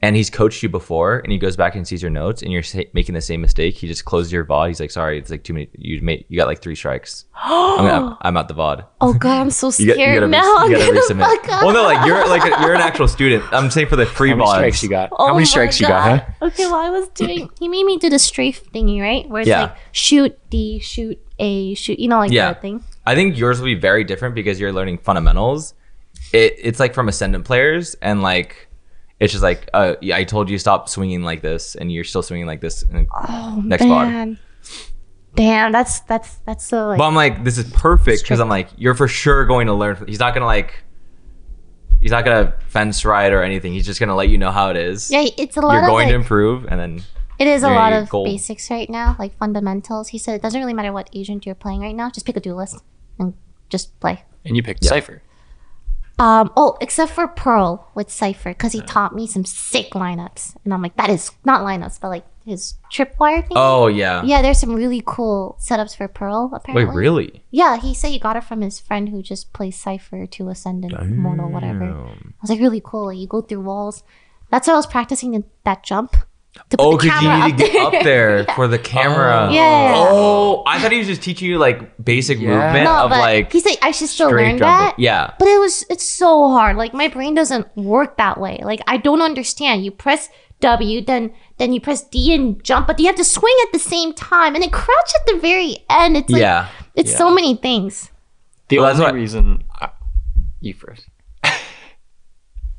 A: and he's coached you before and he goes back and sees your notes and you're sa- making the same mistake, he just closes your VOD. He's like, sorry, it's like too many. You made, you got like three strikes. I'm, out- I'm out the VOD.
B: Oh god, I'm so
A: You got-
B: scared
A: you gotta res-
B: now. Oh
A: you gotta
B: I'm gonna
A: resubmit.
B: fuck up.
A: Well, no, like you're like a, you're an actual student. I'm saying for the free
C: How many
A: VODs.
C: strikes you got?
B: Oh
C: How
B: my
C: many strikes you got?
B: God.
C: Huh?
B: Okay, well, I was doing. He made me do the strafe thingy, right? Where it's
A: Yeah.
B: like shoot D, shoot A, shoot. You know, like
A: Yeah.
B: that thing.
A: I think yours will be very different because you're learning fundamentals. It, it's like from ascendant players, and like it's just like uh, yeah, I told you stop swinging like this, and you're still swinging like this. And,
B: Oh
A: Next VOD.
B: man. Damn, that's that's that's so like.
A: but I'm like, this is perfect because I'm like, you're for sure going to learn. He's not gonna like, he's not gonna fence ride or anything. He's just gonna let you know how it is.
B: yeah, it's a lot
A: you're
B: of
A: going to
B: like-
A: improve, and then
B: It is a
A: Yeah,
B: lot
A: your
B: of
A: goal.
B: basics right now, like fundamentals. He said it doesn't really matter what agent you're playing right now. Just pick a duelist and just play.
C: And you picked Cypher.
B: Um, oh, except for Pearl with Cypher, because he taught me some sick lineups. And I'm like, that is not lineups, but like his tripwire thing.
A: oh yeah,
B: Yeah, there's some really cool setups for Pearl, apparently.
A: wait, really?
B: Yeah, he said he got it from his friend who just plays Cypher to Ascendant, Mortal, whatever. I
A: Damn.
B: was like, really cool. Like, you go through walls. That's what I was practicing the, that jump. To put
A: Oh,
B: the
A: because you
B: camera
A: need to get up there for the camera.
C: Oh.
B: Yeah.
A: Oh, I thought he was just teaching you like basic
C: Yeah.
A: movement
B: no,
A: of
B: but
A: like.
B: he said I should still
C: straight
B: learn
C: jumping.
B: that.
A: yeah.
B: But it was it's so hard. Like my brain doesn't work that way. Like I don't understand. You press W, then then you press D and jump, but you have to swing at the same time and then crouch at the very end. It's like
A: yeah.
B: it's so many things.
C: The
A: Well, that's
C: only
A: what-
C: reason I, you first.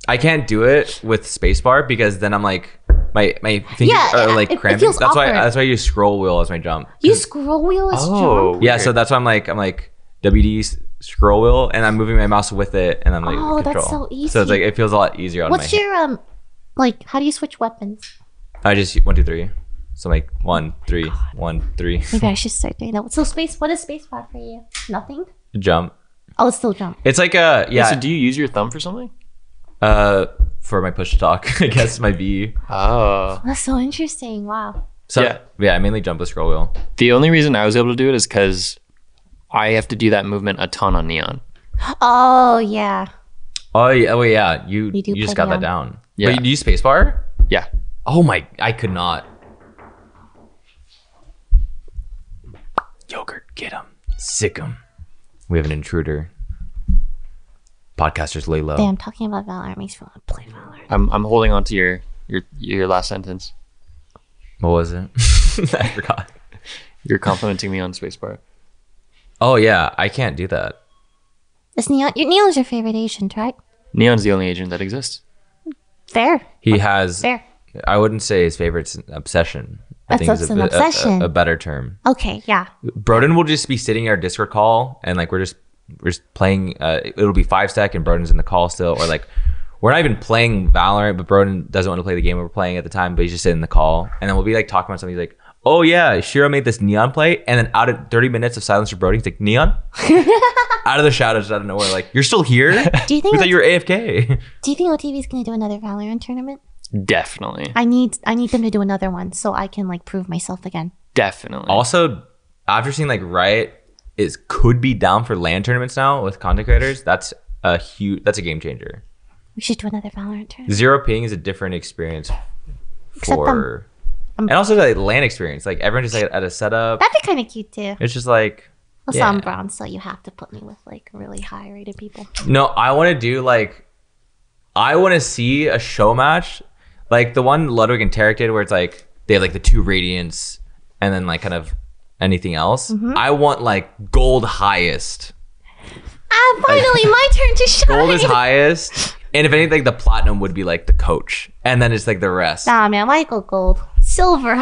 A: I can't do it with spacebar because then I'm like my my fingers
B: Yeah,
A: are
B: it-
A: like
B: it- it
A: cramping.
B: feels
A: that's why
B: awkward.
A: that's why you scroll wheel as my jump.
B: You scroll wheel is
C: Oh,
B: jump.
A: Yeah, so that's why I'm like I'm like WD s- scroll wheel and I'm moving my mouse with it and I'm like
B: Oh, that's
A: control.
B: so
A: So it's
B: easy.
A: like it feels a lot easier on
B: What's
A: my
B: your um like how do you switch weapons?
A: I just one two three. So I'm like one three one three
B: Maybe I should start doing that. So space what is space bar for you? Nothing?
A: jump.
B: Oh it's still jump.
A: It's like a yeah
C: So do you use your thumb for something?
A: uh for my push to talk I guess my V.
C: Oh.
B: That's so interesting. Wow.
A: So yeah.
C: Yeah.
A: I mainly jump with scroll wheel.
C: The only reason I was able to do it is because I have to do that movement a ton on Neon.
B: Oh yeah.
A: Oh yeah, oh yeah, you
B: You
A: you,
B: do
A: just
B: play
A: got that
B: down.
A: down.
C: Yeah.
A: But you do you spacebar?
C: Yeah.
A: Oh my, I could not. Yogurt, get him. Sick him. We have an intruder. Podcasters lay low.
B: Damn, talking about Valorant makes me want to play Valorant.
C: I'm, I'm holding on to your, your your last sentence.
A: What was it? I forgot.
C: You're complimenting me on spacebar.
A: Oh yeah, I can't do that.
B: Is Neon your Neon's your favorite agent, right?
C: Neon's the only agent that exists.
B: Fair,
A: He has.
B: fair.
A: I wouldn't say his favorite's an obsession. I
B: That's-
A: is
B: that's an
A: a,
B: obsession.
A: A, a better term.
B: Okay, yeah.
A: Broden will just be sitting in our Discord call, and like we're just we're just playing. Uh, it'll be five stack, and Broden's in the call still, or like we're not even playing Valorant, but Broden doesn't want to play the game we're playing at the time, but he's just sitting in the call, and then we'll be like talking about something. He's like, "Oh yeah, Shiro made this neon play," and then out of thirty minutes of silence for Broden, he's like, "Neon," out of the shadows, out of nowhere, like, "You're still here?
B: Do you
A: we
B: think
A: thought you were AFK."
B: Do you think OTV is gonna do another Valorant tournament?
C: Definitely.
B: I need I need them to do another one so I can like prove myself again.
C: Definitely.
A: also, after seeing like Riot is could be down for LAN tournaments now with content creators, that's a huge. That's a game changer.
B: We should do another Valorant tournament.
A: zero ping is a different experience
B: Except
A: for and also the land experience like everyone just like at a setup
B: That'd be kind of cute too.
A: it's just like
B: Also,
A: Yeah.
B: I'm bronze, so you have to put me with like really high rated people.
A: no i want to do like i want to see a show match like the one ludwig and tarek did where it's like they have like the two radiants and then like kind of anything else i want like gold highest
B: Ah, finally, my turn to shine.
A: gold is highest and if anything the platinum would be like the coach and then it's like the rest
B: Nah, man, why go gold? Silver.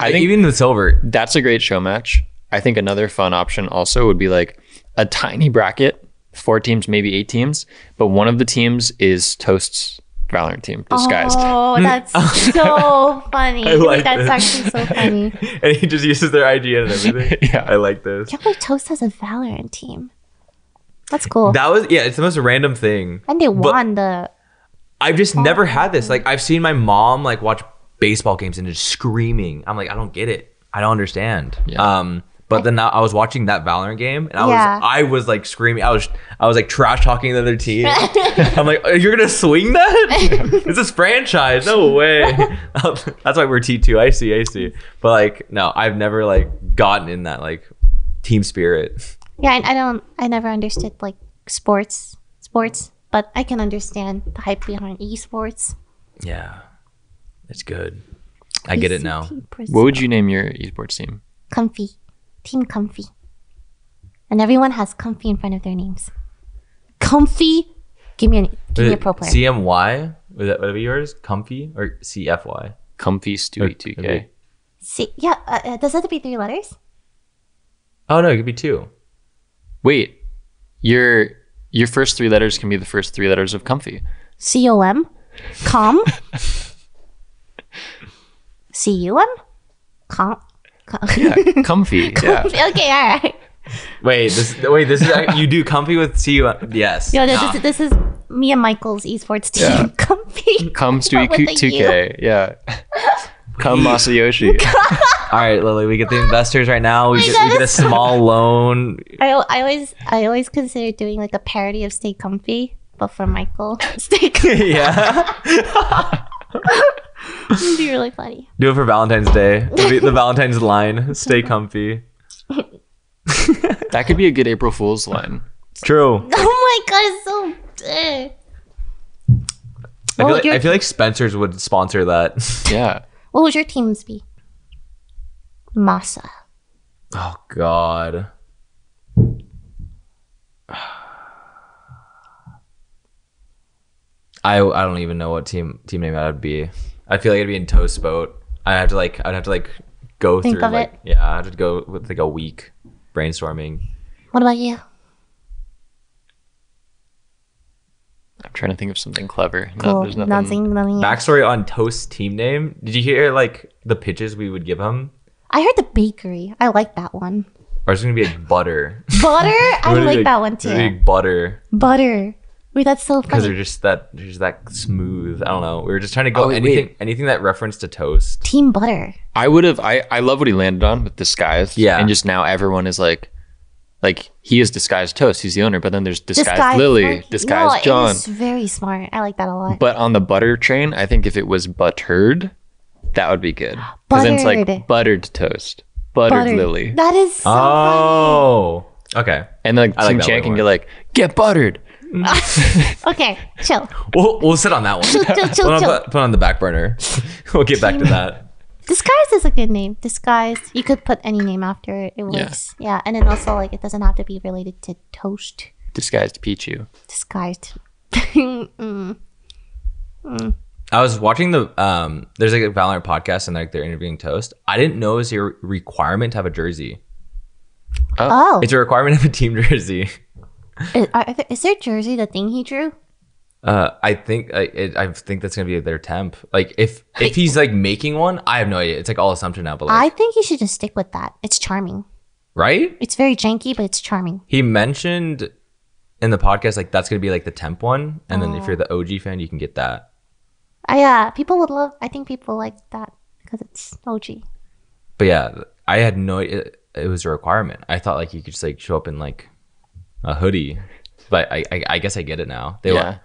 C: I think
A: even the silver
C: that's a great show match. I think another fun option also would be like a tiny bracket, four teams, maybe eight teams, but one of the teams is Toast's Valorant team disguised.
B: Oh, that's so funny.
A: like
B: that's
A: this.
B: actually so funny.
A: and he just uses their idea and everything
C: Yeah.
A: i like this
B: Can't believe Toast has a Valorant team. That's cool.
A: That was yeah, it's the most random thing.
B: and they won the.
A: I've just never had this. Like I've seen my mom like watch baseball games and just screaming. I'm like, I don't get it. I don't understand.
C: Yeah.
A: Um But then now I was watching that Valorant game, and I
B: Yeah.
A: was I was like screaming. I was I was like trash talking the other team. I'm like, "Oh, you're gonna swing that? this is franchise. No way. That's why we're T two. I see. I see. But like, no, I've never like gotten in that like team spirit.
B: Yeah, I, I don't. I never understood like sports, sports, but I can understand the hype behind esports.
A: Yeah, it's good. I get it now.
C: What would you name your esports team?
B: Comfy, team comfy, and everyone has comfy in front of their names. Comfy, give me an
A: Was
B: give me a
A: it
B: pro player.
A: CMY was that whatever yours? Comfy or CFY?
C: Comfy Stewie
A: Okay.
C: 2K.
B: See, yeah, uh, uh, does it have to be three letters?
A: Oh no, it could be two.
C: Wait, your your first three letters can be the first three letters of comfy.
B: C O M, com. C U M, com. com.
C: Comfy. yeah.
B: okay, all right.
A: Wait, this wait, this is you do comfy with CU. Yes.
B: No, no,
A: Nah.
B: this is this is me and Michael's esports team.
C: Yeah.
B: Comfy.
C: Come Stewie
B: But with a
C: 2K. Yeah. Come Masayoshi.
A: All right, Lily, we get the investors right now. We,
B: my
A: get,
B: God,
A: we get a
B: that's so-
A: small loan.
B: I, I always I always consider doing like a parody of Stay Comfy, but for Michael, Stay Comfy
A: yeah.
B: would be really funny.
A: Do it for Valentine's Day. It'll be the Valentine's line. Stay comfy.
C: that could be a good April Fool's line.
A: True.
B: Oh my god, it's so. eh.
A: I
B: What
A: feel,
B: would
A: like,
B: your
A: I feel like Spencer's would sponsor that.
C: Yeah.
B: What would your teams be? Masa.
A: Oh God. I I don't even know what team team name that'd be. I feel like it'd be in Toast Boat. I'd have to like I'd have to like go
B: Think
A: through
B: of
A: like
B: it.
A: yeah, I'd have to go with like a week brainstorming.
B: What about you?
C: I'm trying to think of something clever. No,
B: Cool.
C: there's nothing.
B: Nothing. nothing.
A: Backstory on Toast's team name. Did you hear like the pitches we would give him?
B: I heard the bakery. I like that one.
A: Ours is gonna be like butter.
B: Butter. I
A: It'd be,
B: like that one too.
A: it'd be, like, butter
B: Butter. Wait, that's so
A: because
B: funny.
A: they're just that they're just that smooth. I don't know. We were just trying to go
C: Oh, wait,
A: anything anything that referenced to toast.
B: Team Butter.
C: I would have. I, I love what he landed on with disguise.
A: Yeah.
C: And just now everyone is like, like he is disguised toast. He's the owner. But then there's disguised, Lily,
B: Frankie.
C: disguised
B: no,
C: John.
B: It's very smart. I like that a lot.
C: But on the butter train, I think if it was buttered, that would be good. Because then it's
B: Buttered.
C: like buttered toast, buttered,
B: Butter.
C: Lily,
B: That is so
C: Ah.
A: oh, okay.
C: and then like
A: I like
C: Tim
A: that
C: Chan
A: way
C: can
A: more.
C: get like get buttered.
B: funny. Okay, chill.
A: We'll we'll sit on that one.
B: Chill, chill, chill,
A: Put on-
B: chill.
A: put, put on the back burner. we'll get back to that.
B: Disguised is a good name. Disguised. You could put any name after it. It works. Yeah. And then also, like, it doesn't have to be related to toast.
C: Disguised Pichu.
B: Disguised. Mm.
A: I was watching the um. There's like a Valorant podcast and like they're interviewing Toast. I didn't know it was a requirement to have a jersey.
B: Oh.
A: It's a requirement of a team jersey.
B: Is, are, are there, is their jersey the thing he drew?
A: Uh, I think I, it, I think that's gonna be their temp. Like if if he's like making one, I have no idea. It's like all assumption now, but like,
B: I think you should just stick with that. It's charming.
A: right?
B: It's very janky, but it's charming.
A: He mentioned in the podcast like that's gonna be like the temp one, and then if you're the OG fan, you can get that.
B: I, uh, people would love, I think people like that because it's OG.
A: But yeah, I had no it, it was a requirement. I thought like you could just like show up in like a hoodie, but I I, I guess I get it now. They
C: Yeah.
A: yeah.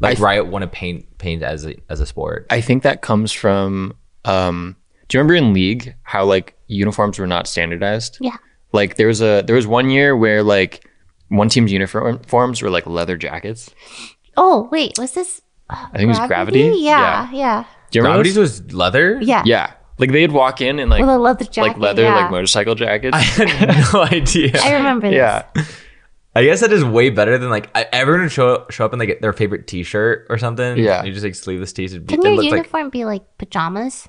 A: like
C: I th-
A: Riot want to paint paint as a as a sport.
C: I think that comes from. Um, do you remember in League how like uniforms were not standardized?
B: Yeah.
C: Like there was a there was one year where like one team's uniforms were like leather jackets.
B: Oh, wait, was this? I
C: think it was Gravity?
B: Yeah, yeah.
C: Do you remember?
A: Gravity's
C: those?
A: was leather.
B: Yeah.
C: Yeah. Like they'd walk in and like
B: With a leather jacket.
C: like leather
B: yeah.
C: like motorcycle jackets.
A: I had no idea.
B: I remember this.
C: yeah.
A: I guess that is way better than like I, everyone would show show up in like their favorite T-shirt or something.
C: Yeah.
A: you just like sleeveless T-shirt. It'd be-
B: Can
A: it
B: your
A: looks like
B: uniform be like pajamas?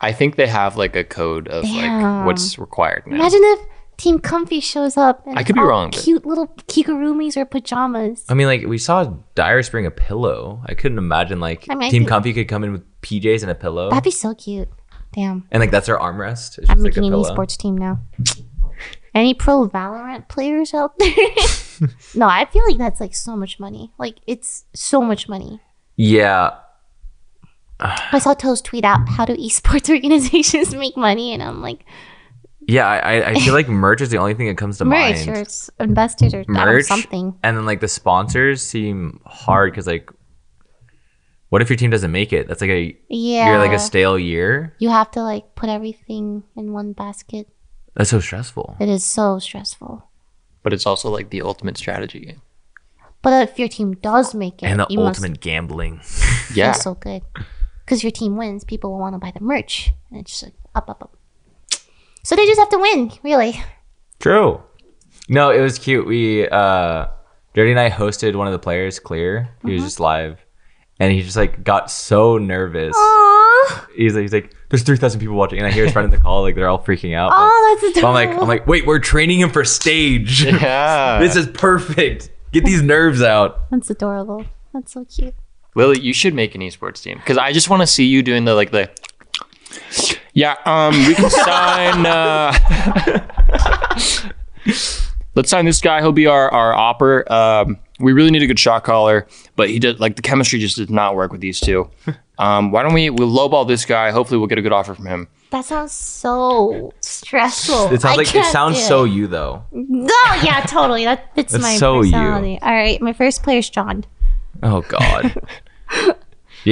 C: I think they have like a code of
B: Damn.
C: like what's required now.
B: Imagine if Team Comfy shows up and
C: I
B: it's
C: could be
B: all
C: wrong, but-
B: Cute little kigurumis or pajamas.
A: I mean, like we saw Dyers bring a pillow. I couldn't imagine like
B: I mean, I
A: Team
B: think-
A: Comfy could come in with PJs and a pillow,
B: That'd be so cute. Damn,
A: and like that's their armrest. It's
B: I'm
A: just like a
B: making an
A: pillow.
B: esports team now. Any pro Valorant players out there? no, I feel like that's like so much money. Like it's so much money.
A: Yeah,
B: I saw Toast tweet out how do esports organizations make money, and I'm like,
A: Yeah, I, I- I feel like merch is the only thing that comes to
B: merch or
A: mind.
B: it's investors or I don't know,
A: Merch?
B: something.
A: And then like the sponsors seem hard because like, what if your team doesn't make it? That's like a
B: Yeah.
A: you're like a stale year.
B: you have to like put everything in one basket.
A: That's so stressful.
B: It is so stressful.
C: But it's also like the ultimate strategy game.
B: But if your team does make it,
A: And the
B: you
A: ultimate gambling.
B: must feel so good. Because your team wins, people will want to buy the merch. And it's just like, up, up, up. So they just have to win, really.
A: True. No, it was cute. We uh Dirty and I hosted one of the players, Clear. He
B: Mm-hmm.
A: was just live. And he just like got so nervous.
B: Ah. Aww.
A: He's like, he's like, there's three thousand people watching, and I hear his friend in the call, like they're all freaking out.
B: Oh, that's
A: So
B: adorable.
A: I'm like, I'm like, wait, we're training him for stage.
C: Yeah.
A: this is perfect. Get these nerves out.
B: that's adorable. That's so cute.
C: Lily, you should make an esports team because I just want to see you doing the like the. Yeah, um, we can sign. Uh, let's sign this guy. He'll be our our opper. Um, we really need a good shot caller, but he did like the chemistry just did not work with these two. Um, why don't we we'll lowball this guy? Hopefully, we'll get a good offer from him.
B: That sounds so stressful.
A: It sounds
B: I
A: like it
B: can't
A: sounds
B: do
A: so you though.
B: No, yeah, totally. That fits
A: That's
B: my
A: so you.
B: personality. All right, my first player is John.
A: Oh god. Do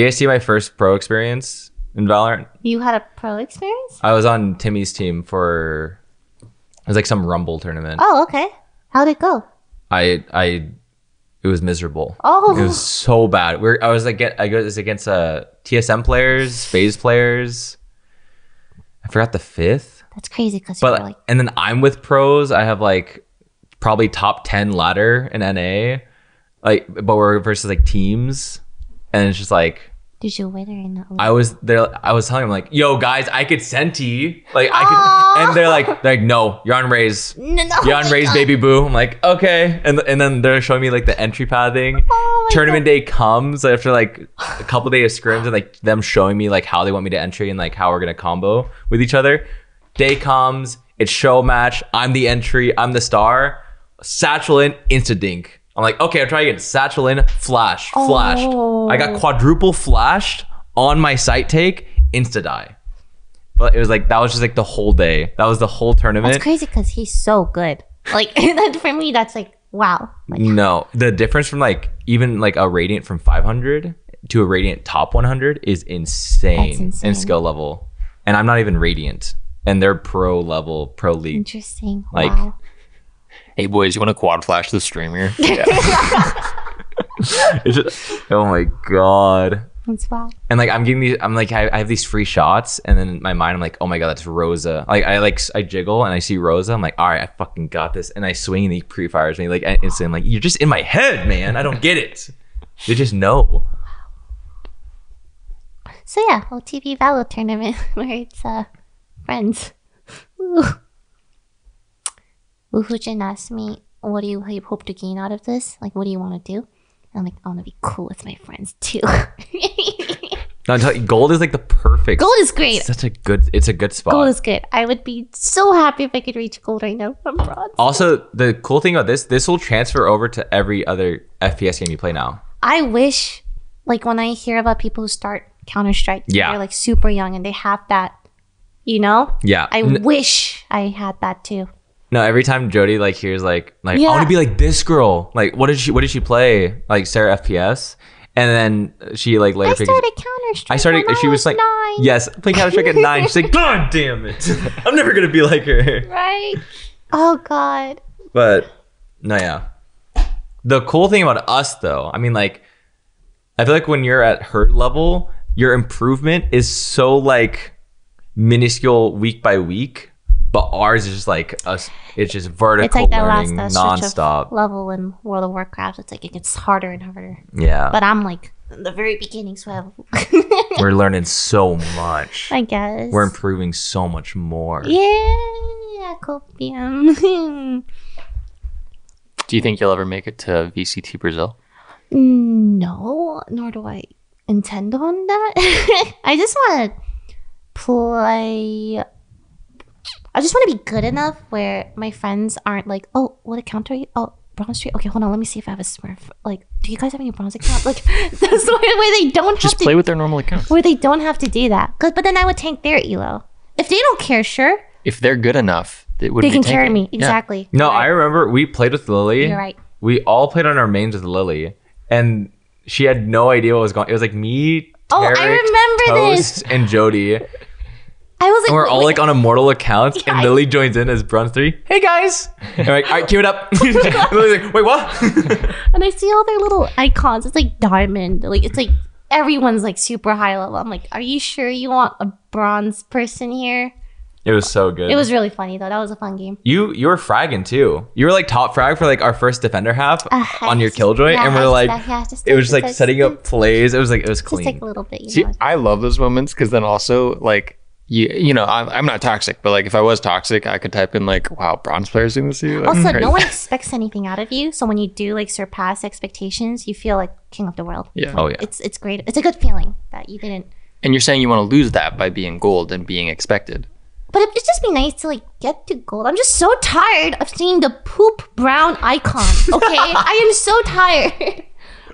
A: you guys see my first pro experience in Valorant?
B: You had a pro experience?
A: I was on Timmy's team for it was like some rumble tournament.
B: Oh, okay. How'd it go?
A: I I it was miserable.
B: Oh,
A: It was so bad. We're I was like get I was against uh TSM players, phase players. I forgot the fifth.
B: that's crazy because you're
A: But
B: like,
A: and then I'm with pros. I have like probably top ten ladder in NA. Like but we're versus like teams. And it's just like
B: did you win or not?
A: I was there. I was telling them like, "Yo, guys, I could senti." Like I
B: Aw.
A: could, and they're like, they're like, "No, you're on raise.
B: no, no,
A: You're on
B: my
A: raise,
B: God.
A: baby boo." I'm like, "Okay," and and then they're showing me like the entry pad thing.
B: Oh my
A: Tournament day comes after like a couple days of scrims and like them showing me like how they want me to entry and like how we're gonna combo with each other. Day comes, it's show match. I'm the entry. I'm the star. Satchel in, insta dink. I'm like, okay, I'm trying again. Satchel in, flash, flashed.
B: Oh.
A: I got quadruple flashed on my sight take, insta die. But it was like that was just like the whole day. That was the whole tournament.
B: It's crazy because he's so good. Like that for me, that's like wow. Like,
A: No, the difference from like even like a radiant from 500 to a radiant top 100 is insane,
B: That's insane.
A: in skill level, and I'm not even radiant, and they're pro level, pro league.
B: interesting.
A: Like-
B: wow.
C: Hey boys, you want to quad flash the streamer? Yeah.
A: It's just- oh my god!
B: That's wow.
A: And like I'm getting these, I'm like I, I have these free shots, and then in my mind I'm like, oh my god, that's Rosa. Like I like s- I jiggle and I see Rosa, I'm like, all right, I fucking got this, and I swing and he pre-fires me like instantly. I'm like you're just in my head, man. I don't get it. They just know.
B: So yeah, OTP Valor tournament where it's uh friends. Woo. Wuhujin asked me, "What do you ho- hope to gain out of this? Like, what do you want to do?" And I'm like, "I want to be cool with my friends too."
A: No, I'm telling you, gold is like the perfect.
B: gold is great.
A: It's such a good. It's a good spot.
B: Gold is good. I would be so happy if I could reach gold right now from bronze.
A: also, the cool thing about this, this will transfer over to every other FPS game you play now.
B: I wish, like, when I hear about people who start Counter Strike,
A: Yeah.
B: they're like super young and they have that, you know?
A: Yeah.
B: I
A: N-
B: wish I had that too.
A: no, every time Jody like hears like like I
B: Yeah.
A: want to be like this girl. Like what did she what did she play? Like Sarah FPS, and then she like later
B: I
A: figures-
B: started Counter Strike.
A: I started.
B: When
A: she was, like
B: nine.
A: yes, playing Counter Strike at nine. She's like, God damn it, I'm never gonna be like her.
B: Right? Oh, God.
A: But no, yeah. The cool thing about us, though, I mean, like, I feel like when you're at her level, your improvement is so like minuscule week by week, but ours is just like us. It's just vertical
B: It's like that last
A: learning
B: uh, stretch
A: nonstop.
B: of level in World of Warcraft. It's like it gets harder and harder.
A: yeah,
B: But I'm like in the very beginning, so
A: we're learning so much.
B: I guess.
A: We're improving so much more.
B: yeah, copium.
C: Do you think you'll ever make it to VCT Brazil?
B: No, nor do I intend on that. I just want to play. I just want to be good enough where my friends aren't like, oh, what account are you? Oh, Bronze Street? Okay, hold on. Let me see if I have a Smurf. Like, do you guys have any Bronze account? Like, that's where, where they don't
C: Just
B: have to
C: play with their normal account.
B: where they don't have to do that. 'Cause- But then I would tank their elo. If they don't care, sure.
C: if they're good enough, it would
B: They
C: be
B: can
C: taken.
B: carry me.
C: Yeah.
B: Exactly.
A: No,
B: Right.
A: I remember we played with Lily.
B: You're right.
A: We all played on our mains with Lily, and she had no idea what was going. It was like me,
B: Oh, I
A: Tarek,
B: remember this.
A: Toast, and Jody. And
B: I was like,
A: we're all
B: wait,
A: like on immortal accounts,
B: Yeah, I-
A: and Lily joins in as Bruns three. Hey guys! And we're like, all right, cue it up. And Lily's like, wait, what?
B: and I see all their little icons. It's like diamond. Like it's like everyone's like super high level. I'm like, are you sure you want a bronze person here?
A: it was so good.
B: It was really funny though. That was a fun game.
A: you. You were fragging too. You were like top frag for like our first defender half
B: Uh,
A: on your
B: just-
A: killjoy,
B: yeah,
A: and we're
B: just-
A: like,
B: yeah, just-
A: it was just like
B: just-
A: setting up plays. It was like it was
B: Just
A: clean.
B: like a little bit. You
C: See,
B: know?
C: I love those moments because then also like you, you know, I'm, I'm not toxic, but like if I was toxic, I could type in like, "Wow, bronze players doing this to you." Like,
B: Also,
C: crazy.
B: no one expects anything out of you. So when you do like surpass expectations, you feel like king of the world.
C: Yeah.
A: Oh yeah.
B: It's it's great. It's a good feeling that you didn't.
C: And you're saying you want to lose that by being gold and being expected.
B: But it'd just be nice to like get to gold. I'm just so tired of seeing the poop brown icon. Okay, I am so tired.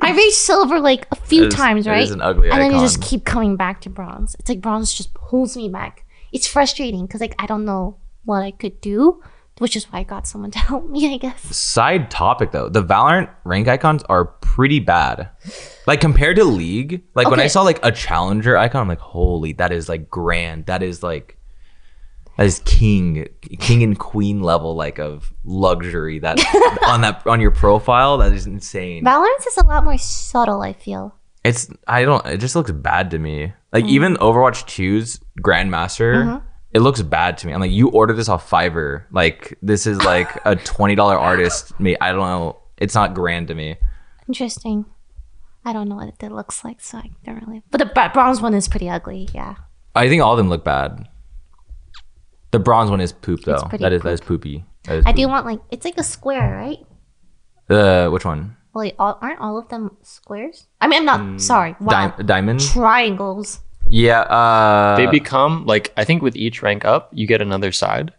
B: I reached silver like a few
A: It is-
B: times,
A: it
B: right?
A: is an ugly
B: and then you just
A: icon.
B: keep coming back to bronze. It's like bronze just holds me back. It's frustrating because like I don't know what I could do, which is why I got someone to help me. I guess.
A: Side topic though, the Valorant rank icons are pretty bad. Like compared to League, like when
B: Okay.
A: I saw like a challenger icon, I'm like, holy, that is like grand. That is like that is king, king and queen level like of luxury that on that on your profile. That is insane.
B: Valorant is a lot more subtle. I feel.
A: It's I don't it just looks bad to me. Like
B: Mm-hmm.
A: even Overwatch 2's Grandmaster, it looks bad to me. I'm like, you ordered this off Fiverr. Like this is like a twenty dollar artist me. I don't know. It's not grand to me.
B: Interesting. I don't know what it looks like, so I don't really. But the br- bronze one is pretty ugly. Yeah.
A: I think all of them look bad. The bronze one is poop though.
B: pretty
A: That is that is poopy. That is
B: I do
A: poop.
B: want like it's like a square, right?
A: uh, which one?
B: Well, like, all, aren't all of them squares? I mean, I'm not sorry. Wow.
A: Mm, Di- diamond.
B: Triangles.
A: Yeah. Uh,
C: They become like I think with each rank up, you get another side.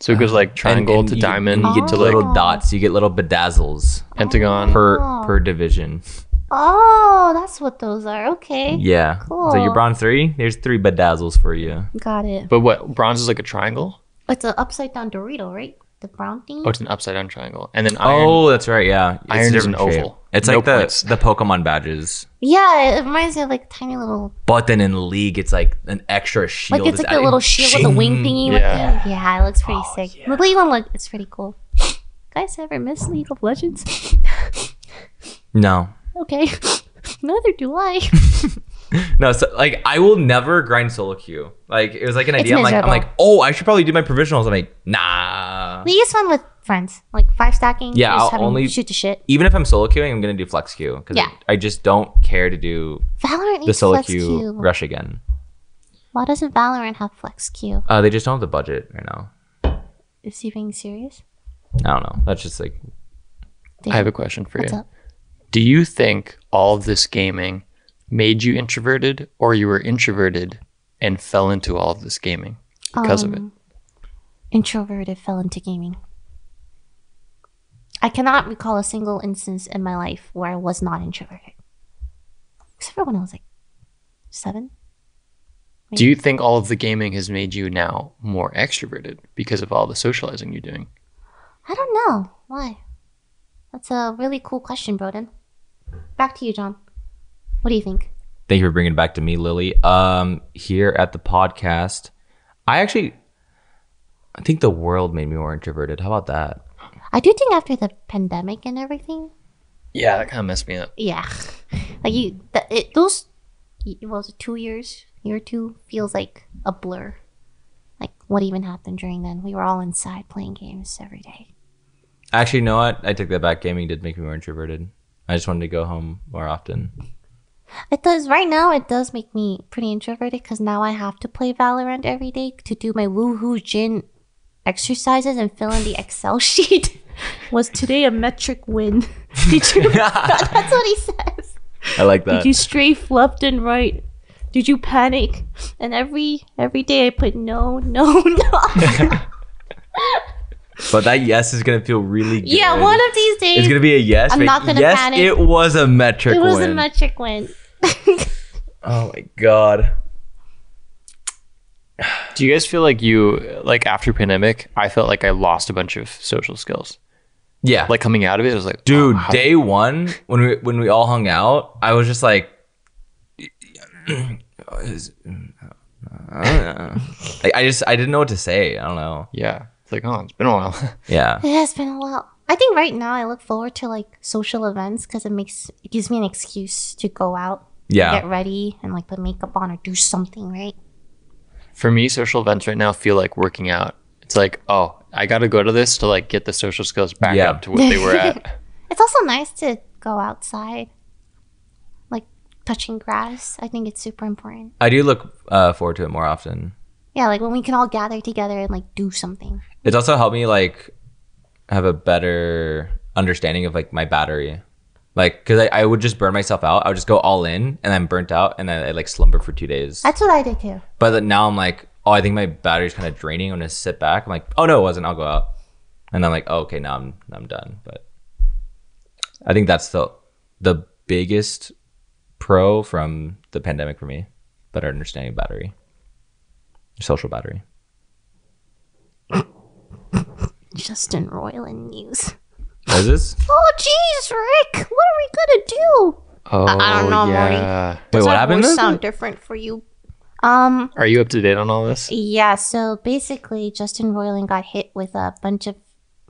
C: So it goes like triangle
A: Uh, and
C: to
A: you-
C: diamond
B: Oh.
A: and You get
C: to
A: little
C: like
A: dots. You get little bedazzles
C: pentagon.
A: per
B: Oh.
A: per division.
B: Oh, that's what those are. Okay,
A: Yeah. So
B: Cool.
A: you're bronze three. There's three bedazzles for you.
B: got it.
C: But what bronze is like a triangle?
B: It's an upside down Dorito, right? The brown thing.
C: Oh, it's an upside down triangle. And then iron.
A: Oh, that's right. Yeah, it's a
C: Iron is
A: different
C: an
A: shape.
C: oval.
A: It's
C: No
A: like the
C: points.
A: the Pokemon badges,
B: Yeah, it reminds me of like tiny little,
A: but then in League, it's like an extra shield.
B: like it's
A: is
B: like a
A: added.
B: little shield with a wing
A: Shing. Oh,
B: thingy.
C: Yeah.
B: With it. yeah, it looks pretty sick. The League one look, it's pretty cool. Guys, ever miss League of Legends?
A: No,
B: okay, neither do I.
A: no. So like, I will never grind solo queue. Like it was like an
B: It's
A: idea. I'm like, I'm
B: miserable.
A: like, oh, I should probably do my provisionals. I'm like, nah.
B: We use fun with friends, like five stacking.
A: Yeah,
B: just
A: I'll
B: having
A: only-
B: shoot the shit.
A: Even if I'm solo queuing, I'm gonna do flex queue because
B: Yeah.
A: I just don't care to do
B: Valorant
A: the
B: needs
A: solo
B: flex
A: queue,
B: queue.
A: rush again.
B: Why doesn't Valorant have flex queue?
A: Uh, they just don't have the budget right now.
B: Is he being serious?
A: I don't know. That's just like
B: Damn.
C: I have a question for
B: What's
C: you.
B: up?
C: Do you think all of this gaming made you introverted, or you were introverted and fell into all of this gaming because of it?
B: Um, Introverted fell into gaming. I cannot recall a single instance in my life where I was not introverted. Except for when I was like seven.
C: Do you think all of the gaming has made you now more extroverted because of all the socializing you're doing?
B: I don't know. Why? That's a really cool question, Broden. Back to you, John. What do you think?
A: thank you for bringing it back to me lily um here at the podcast i actually i think the world made me more introverted how about that
B: I do think after the pandemic and everything,
C: Yeah, that kind of messed me up.
B: yeah like you th- it, those y- what was it two years year two feels like a blur like what even happened during then we were all inside playing games every day
A: actually you know what i take that back gaming did make me more introverted i just wanted to go home more often
B: it does right now it does make me pretty introverted because now i have to play valorant every day to do my woohoo gin exercises and fill in the excel sheet was today a metric win did you that- that's what he says
A: i like that
B: Did you strafe left and right? Did you panic? And every every day I put no, no, no.
A: but that yes is gonna feel really good
B: yeah, one of these days
A: it's gonna be a yes
B: I'm
A: but
B: not gonna
A: yes
B: panic.
A: it was a metric
B: it was
A: win.
B: a metric win.
A: oh my god
C: Do you guys feel like you like after pandemic? I felt like I lost a bunch of social skills.
A: Yeah. Like
C: Like coming out of it, it was like,
A: dude,
C: oh, how-
A: day one when we when we all hung out, I was just like I I just I didn't know what to say. I don't know.
C: yeah, it's like oh, it's been a while.
A: Yeah.
B: It has been a while. I think right now I look forward to like social events because it makes it gives me an excuse to go out,
A: Yeah.
B: get ready, and like put makeup on or do something, right?
C: For me, social events right now feel like working out. It's like oh, I got to go to this to like get the social skills back
A: Yeah.
C: up to what they were at.
B: It's also nice to go outside, like touching grass. I think it's super important.
A: I do look uh, forward to it more often.
B: Yeah, like when we can all gather together and like do something.
A: It's also helped me like have a better understanding of like my battery. Like, cause I, I would just burn myself out. I would just go all in and I'm burnt out and then I like slumber for two days.
B: That's what I did too.
A: But then now I'm like, oh, I think my battery's kind of draining. I'm gonna sit back. I'm like, oh no, it wasn't. I'll go out. And I'm like, oh, okay, now I'm I'm done. But I think that's the the biggest pro from the pandemic for me, better understanding of battery, social battery.
B: Justin Roiland news.
A: What is this?
B: Oh, jeez, Rick, what are we gonna do?
C: Oh,
B: I don't know, Morty.
C: yeah.
A: Wait, what
B: our
A: happened?
B: voice
A: to
B: sound different for you? Um,
C: Are you up to date on all this?
B: Yeah, so basically, Justin Roiland got hit with a bunch of,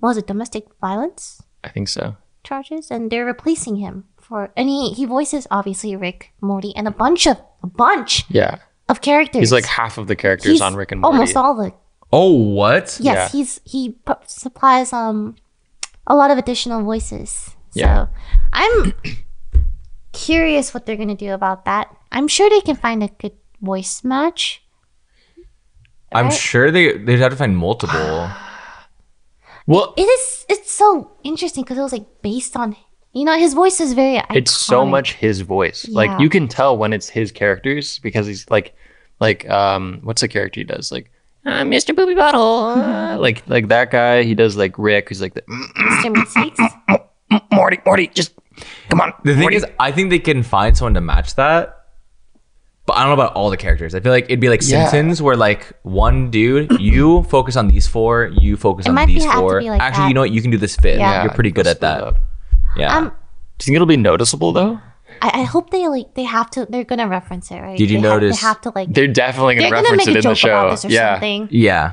B: what was it, domestic violence
C: I think so.
B: charges, and they're replacing him for, and he, he voices obviously Rick, Morty, and a bunch of, a bunch
C: Yeah,
B: of characters.
C: he's like half of the characters
B: He's
C: on Rick and Morty.
B: Almost all the,
A: Oh, what?
B: yes,
C: Yeah.
B: he's, he p- supplies, um, a lot of additional voices. So
C: Yeah.
B: I'm curious what they're going to do about that. I'm sure they can find a good voice match.
A: I'm
B: Right?
A: sure they they'd have to find multiple.
C: well,
B: It is. It's so interesting because it was like based on you know his voice is very. Iconic.
C: it's so much his voice.
B: Yeah.
C: Like you can tell when it's his characters because he's like, like um, what's the character he does? Like uh, Mr. Booby Butthole, uh, like like that guy. He does like Rick, who's like the "Mm,
B: Jimmy Six.
C: mm, Morty, Morty, just come on.
A: The thing
C: Morty."
A: is, I think they can find someone to match that. But I don't know about all the characters. I feel like it'd be like
C: Yeah.
A: Simpsons, where like one dude, you focus on these four, you focus
B: It
A: on
B: might be-
A: these
B: have to
A: four.
B: be like
A: Actually,
B: that.
A: you know what? You can do this fifth.
B: Yeah.
A: You're pretty good at
C: let's
A: that.
C: split it up.
A: Yeah.
B: Um,
C: Do you think it'll be noticeable though?
B: I, I hope they like they have to. They're gonna reference it, right?
A: Did you
B: They have-
A: notice-
B: they have to like. They're,
C: They're definitely gonna
B: gonna
C: reference
B: make
C: it
B: a
C: in the
B: joke
C: show.
B: about this or
C: yeah,
B: something.
A: yeah.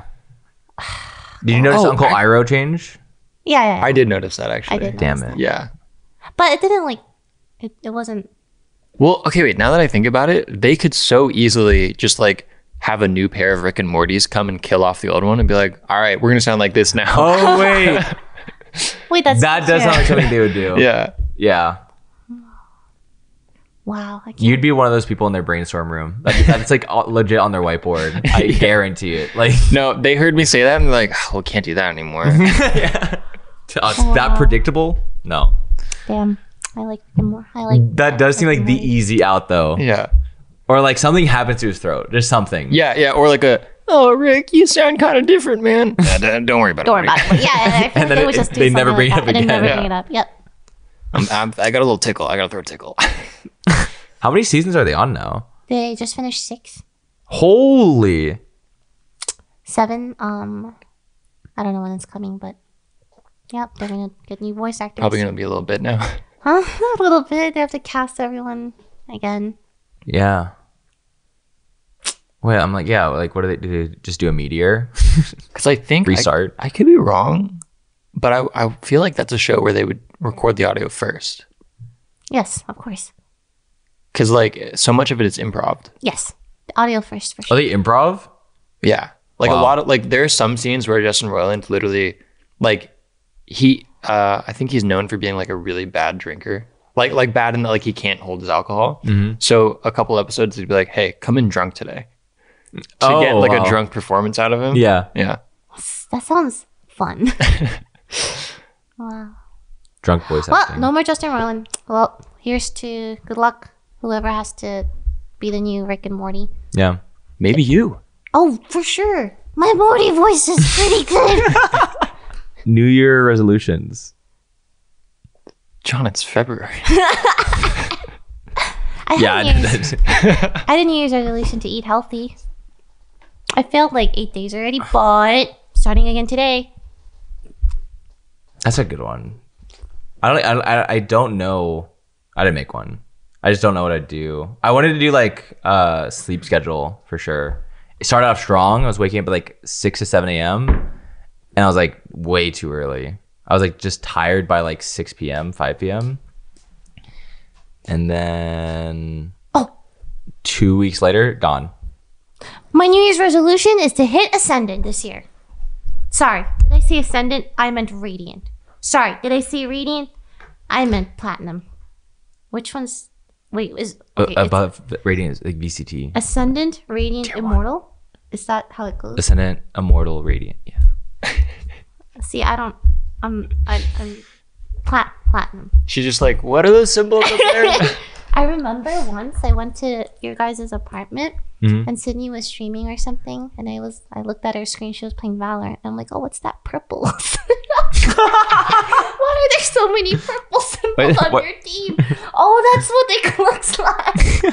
A: Did you notice
C: Oh,
A: Uncle Iro change?
B: Yeah, yeah.
C: I did notice that actually.
B: I did.
A: Damn
B: notice
A: it.
C: Yeah.
B: that. But it didn't like. It, it wasn't.
C: Well, okay, wait. Now that I think about it, they could so easily just like have a new pair of Rick and Morty's come and kill off the old one and be like, "All right, we're gonna sound like this now."
A: Oh wait,
B: Wait, that's
A: that does
B: yeah.
A: sound like something they would do.
C: yeah.
A: Yeah.
B: Wow. I can't-
A: You'd be one of those people in their brainstorm room. That's, that's like all- legit on their whiteboard. I guarantee it. Like
C: No, they heard me say that and they're like, oh, "We can't do that anymore."
A: to us, that predictable? No.
B: Damn. I like him more. I like.
A: That does seem like the easy out though.
C: yeah.
A: Or like something happens to his throat. Just something.
C: Yeah, yeah, or like a, "Oh, Rick, you sound kind of different, man." Nah, don't don't worry about
B: Don't worry
C: it. Rick.
B: about it. But yeah, I feel
A: And
B: like
A: then
B: they would
A: it-
B: just do
A: they never
B: something
A: bring it
B: like
A: up
B: that, And they
A: again.
B: never
C: Yeah.
B: bring it up. Yep.
C: I'm, I'm, I got a little tickle. I got a throat tickle.
A: How many seasons are they on now?
B: They just finished six,
A: Holy.
B: seven. Um, I don't know when it's coming, but yep, they're gonna get new voice actors.
C: Probably gonna be a little bit now.
B: Huh? a little bit. They have to cast everyone again.
A: Yeah. Wait, I'm like, yeah, like what do they do? They just do a meteor?
C: Because I think I-
A: Restart.
C: I, could be wrong, but I, I feel like that's a show where they would record the audio first.
B: Yes, of course.
C: Because like so much of it is improv.
B: Yes, the audio first for
A: Are
B: sure.
A: they improv?
C: Yeah. Like a
A: Wow.
C: lot of like there are some scenes where Justin Roiland literally like he uh I think he's known for being like a really bad drinker. Like like bad in that like he can't hold his alcohol.
A: Mm-hmm.
C: So a couple episodes he'd be like, Hey, come in drunk today. To
A: Oh,
C: get like
A: wow.
C: a drunk performance out of him.
A: Yeah.
C: Yeah.
B: That sounds fun. wow.
A: Drunk voice
B: Well,
A: acting.
B: no more Justin Roiland. Well, here's to good luck whoever has to be the new Rick and Morty.
A: Yeah.
C: Maybe you.
B: Oh, for sure. My Morty voice is pretty good.
A: New Year resolutions.
C: John, it's February.
B: I
A: Yeah.
B: didn't use,
A: I-
B: I didn't use resolution to eat healthy. I failed like eight days already, but starting again today.
A: That's a good one. I don't. I- I, I don't know. I didn't make one. I just don't know what I'd do. I wanted to do like uh sleep schedule for sure. It started off strong. I was waking up at like six to seven a.m. and I was like way too early. I was like just tired by like six p.m. five p.m. And then
B: Oh.
A: two weeks later, gone.
B: My New Year's resolution is to hit Ascendant this year. Sorry, did I say Ascendant? I meant Radiant. Sorry, did I say Radiant? I meant Platinum. Which one's. Wait, is.
A: A-
B: Okay, it's
A: above rating is like VCT
B: Ascendant, Radiant, Immortal? Is that how it goes?
A: ascendant immortal radiant. Yeah.
B: See, I don't. I'm. I, I'm. Plat, platinum.
C: She's just like, what are those symbols up there?
B: I remember once I went to your guys' apartment
A: Mhm.
B: and Sydney was streaming or something, and I was I looked at her screen. She was playing Valorant. And I'm like, oh, what's that purple? Why are there so many purple symbols
A: Wait,
B: on
A: what?
B: your team? Oh, that's what it looks like.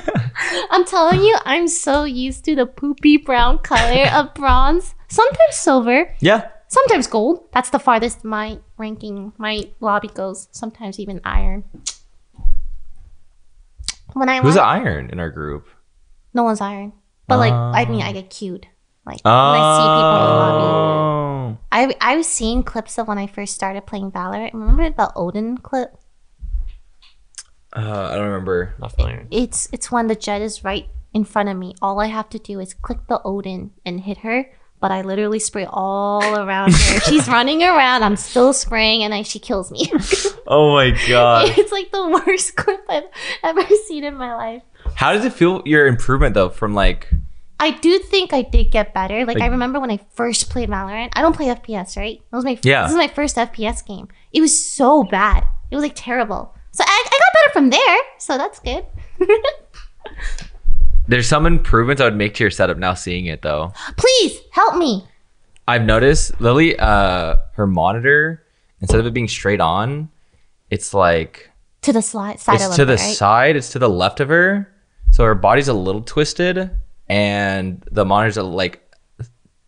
B: I'm telling you, I'm so used to the poopy brown color of bronze, sometimes silver,
A: Yeah.
B: sometimes gold. That's the farthest my ranking, my lobby goes. Sometimes even iron. When I
A: Who's
B: went,
A: the iron in our group?
B: no one's iron, but like I mean, I get cued. Like when I see people in the lobby,
A: Oh.
B: I I was seeing clips of when I first started playing Valorant. Remember the Odin clip?
A: Uh, I don't remember.
C: Not familiar.
B: It's it's when the jet is right in front of me. All I have to do is click the Odin and hit her. But I literally spray all around her. She's running around. I'm still spraying, and I, she kills me.
A: Oh my god!
B: it's like the worst clip I've ever seen in my life.
A: How does it feel? Your improvement though, from like
B: I do think I did get better. Like, I
A: Like-
B: remember when I first played Valorant. I don't play FPS, right? That was my
A: Yeah.
B: This is my first FPS game. It was so bad. It was like terrible. So I, I got better from there. So that's good.
A: there's some improvements I would make to your setup. Now seeing it though,
B: Please help me.
A: I've noticed Lily, uh, her monitor instead of it being straight on, it's like
B: To the slide side
A: it's
B: of
A: to the
B: right?
A: side. It's to the left of her, so her body's a little twisted, and the monitor's are like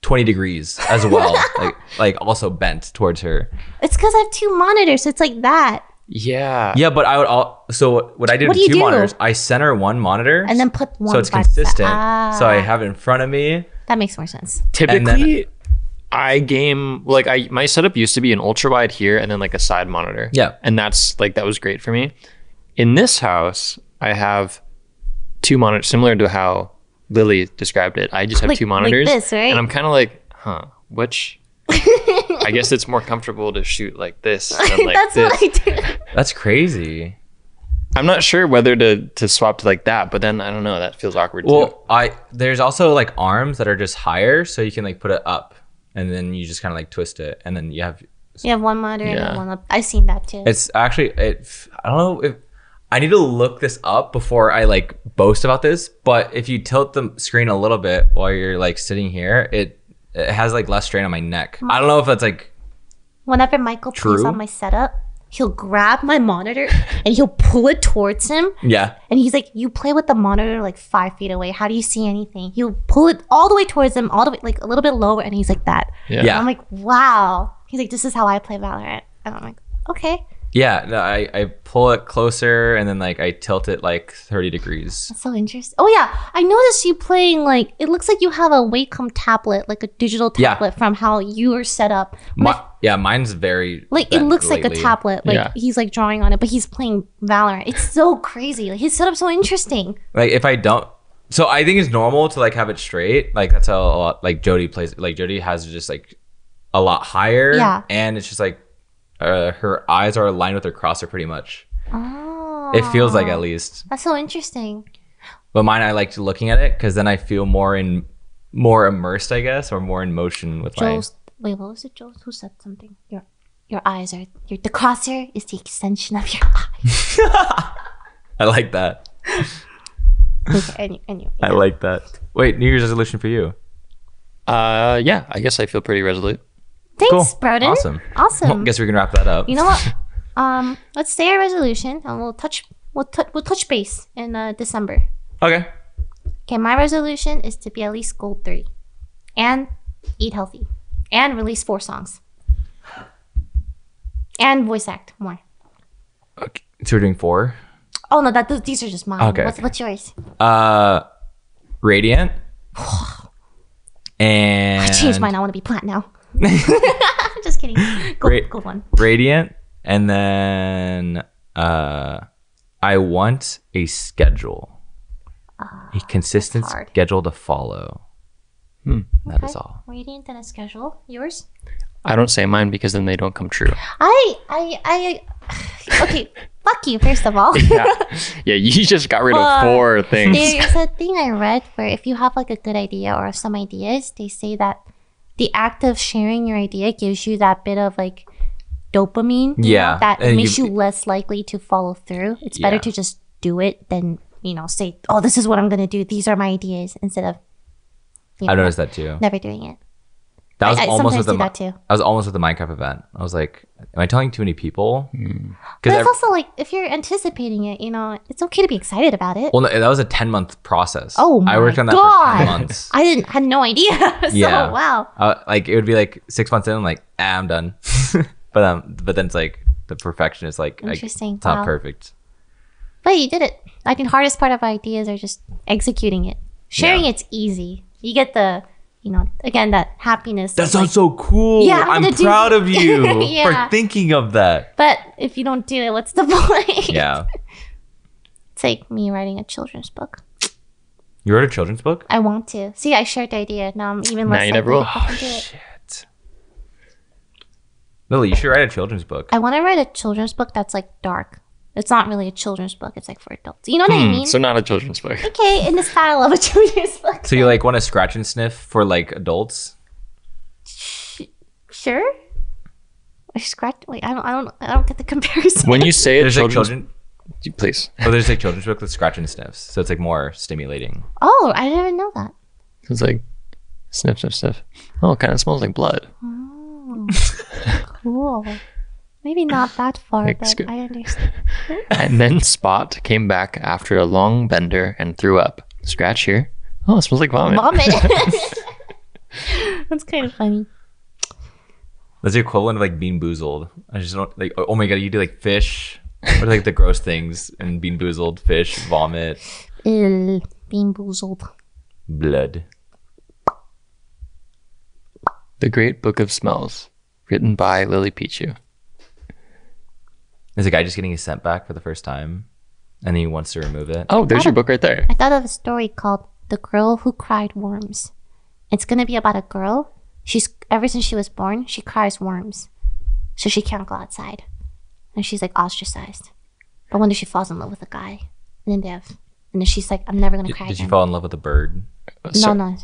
A: 20 degrees as well, like like also bent towards her.
B: It's because I have two monitors. So it's like that,
C: Yeah.
A: Yeah, but I would all. So what, what I did
B: What do
A: with
B: you
A: two
B: do?
A: monitors, I center one monitor,
B: and then put one.
A: so it's
B: by the
A: consistent.
B: side.
A: So I
B: Ah,
A: have it in front of me.
B: that makes more sense.
A: And
C: Typically, I game like I my setup used to be an ultra wide here and then like a side monitor.
A: Yeah.
C: And that's like that was great for me. In this house, I have two monitors similar to how Lily described it. I just have
B: Like-
C: two
B: like
C: monitors.
B: this, right?
C: And I'm kind of like, huh, which I guess it's more comfortable to shoot like this than like
B: that's
C: this.
B: what I do.
A: That's crazy.
C: I'm not sure whether to to swap to like that, but then I don't know. That feels awkward too.
A: Well, I there's also like arms that are just higher, so you can like put it up, and then you just kind of like twist it, and then you have.
B: You have one monitor and
C: Yeah.
B: then one up. I've seen that too.
A: It's actually it. I don't know if I need to look this up before I like boast about this, but if you tilt the screen a little bit while you're like sitting here, it it has like less strain on my neck. I don't know if that's like
B: whenever Michael plays
A: True.
B: on my setup, he'll grab my monitor and he'll pull it towards him.
A: yeah.
B: And he's like, "You play with the monitor like five feet away. How do you see anything?" He'll pull it all the way towards him, all the way like a little bit lower, and he's like that.
A: Yeah.
B: I'm like, "Wow." He's like, "This is how I play Valorant," and I'm like, "Okay,
A: Yeah, no, I, I pull it closer and then like I tilt it like 30 degrees.
B: that's so interesting." Oh yeah, I noticed you playing like it looks like you have a Wacom tablet, like a digital
A: Yeah.
B: tablet from how you are set up. When I
A: My, yeah, mine's very
B: Like it
A: bent
B: looks like a
A: lately.
B: tablet. Like
C: Yeah.
B: he's like drawing on it, but he's playing Valorant. It's so crazy. Like his setup's so interesting.
A: Like if I don't so I think it's normal to like have it straight. Like that's how a lot, like Jody plays it. like Jody has it just like a lot higher.
B: Yeah.
A: And it's just like uh, her eyes are aligned with her crosser pretty much.
B: Oh,
A: It feels like at least.
B: that's so interesting.
A: But mine I like looking at it because then I feel more in more immersed, I guess, or more in motion with my
B: Joel's wait, what was it? Joel who said something? Your your eyes are your the crosshair is the extension of your eye.
A: I like that.
B: Okay, and, and you.
A: I like that. Wait, New Year's resolution for you.
C: Uh, yeah. I guess I feel pretty resolute.
B: Thanks, Broden.
A: Awesome.
B: Awesome.
A: Well, guess we can wrap that up.
B: you know what? um, let's say our resolution, and we'll touch we'll tou- we'll touch base in uh, December.
A: Okay.
B: Okay, my resolution is to be at least gold three. and eat healthy and release four songs and voice act more.
A: Okay. So we're doing four.
B: Oh no, that these are just mine.
A: Okay,
B: what's,
A: okay.
B: what's yours?
A: Uh, Radiant. and
B: I changed mine. I want to be plat now. just kidding. Go,
A: Great.
B: go one.
A: Radiant, and then uh, I want a schedule, a consistent
B: that's Ah, hard.
A: schedule to follow.
C: Hmm.
A: That
B: Okay.
A: is all.
B: Radiant and a schedule. Yours?
C: I don't say mine because then they don't come true.
B: I I I. Okay, fuck you. First of all.
C: Yeah, yeah. You just got rid
B: Well,
C: of four things.
B: There's a thing I read where if you have like a good idea or some ideas, they say that the act of sharing your idea gives you that bit of like dopamine. you
A: Yeah,
B: know, that
A: and
B: makes
A: you-
B: you less likely to follow through. It's better
A: Yeah.
B: to just do it than, you know, say, oh, this is what I'm going to do. These are my ideas instead of you
A: I
B: know,
A: noticed that too.
B: never doing it.
A: That was
B: I, I
A: almost
B: sometimes
A: at
B: do
A: the.
B: that too.
A: I was almost at the Minecraft event. I was like, "Am I telling too many people?"
B: But
A: Because
B: it's also like if you're anticipating it, you know, it's okay to be excited about it.
A: well, no, that was a ten month process.
B: Oh my
A: I worked on that for
B: God.
A: ten months.
B: I didn't had no idea. so
A: Yeah.
B: wow.
A: Uh, like it would be like six months in, I'm like, ah, I'm done. but um, but then it's like the perfection is like, I- it's
B: Interesting.
A: not
B: wow.
A: perfect.
B: But you did it. I think hardest part of ideas are just executing it. Sharing
A: Yeah.
B: it's easy. You get the, you know, again that happiness.
A: That
B: of,
A: sounds so cool.
B: Yeah, I'm
A: I'm,
B: gonna do-
A: proud of you
B: Yeah.
A: for thinking of that.
B: like- but if you don't do it, what's the point?
A: Yeah.
B: It's like me writing a children's book.
A: You wrote a children's book?
B: I want to. See, I shared the idea. Now I'm even
C: Now
B: less likely
C: you never
B: to
C: will.
B: fucking do it.
A: Shit. Lily, you should write a children's book.
B: I want to write a children's book that's like dark. It's not really a children's book. It's like for adults. You know what I
C: Hmm,
B: mean?
C: so not a children's book.
B: okay, in the style of a children's book.
A: So you like want to scratch and sniff for like adults?
B: Sh- sure. I scratch. Wait, I don't. I don't. I don't get the comparison.
C: When you say a
A: There's like
C: children's,
A: children.
C: please.
A: Oh, there's like children's book with scratch and sniffs. So it's like more stimulating.
B: Oh, I didn't even know that.
C: It's like sniff, sniff, sniff. Oh, it kind of smells like blood.
B: Oh, cool. Maybe not that far,
C: Like,
B: but
C: scoop.
B: I understand.
C: And then Spot came back after a long bender and threw up. Scratch here. Oh, it smells like vomit.
B: Vomit. That's kind of funny.
A: That's the equivalent of like being boozled. I just don't like. Oh my god, you do like fish or like the gross things and being boozled, fish, vomit,
B: Ew, being boozled.
A: blood.
C: The Great Book of Smells, written by Lily Pichu.
A: Is a guy just getting his scent back for the first time, and he wants to remove it?
C: Oh, there's your book right there.
B: I thought of a story called "The Girl Who Cried Worms." It's gonna be about a girl. She's ever since she was born, she cries worms, so she can't go outside, and she's like ostracized. But one day she falls in love with a guy, and then they have, and then she's like, "I'm never gonna
A: Did,
B: cry."
A: did you
B: again."
A: fall in love with a bird?
C: So-
B: No, no.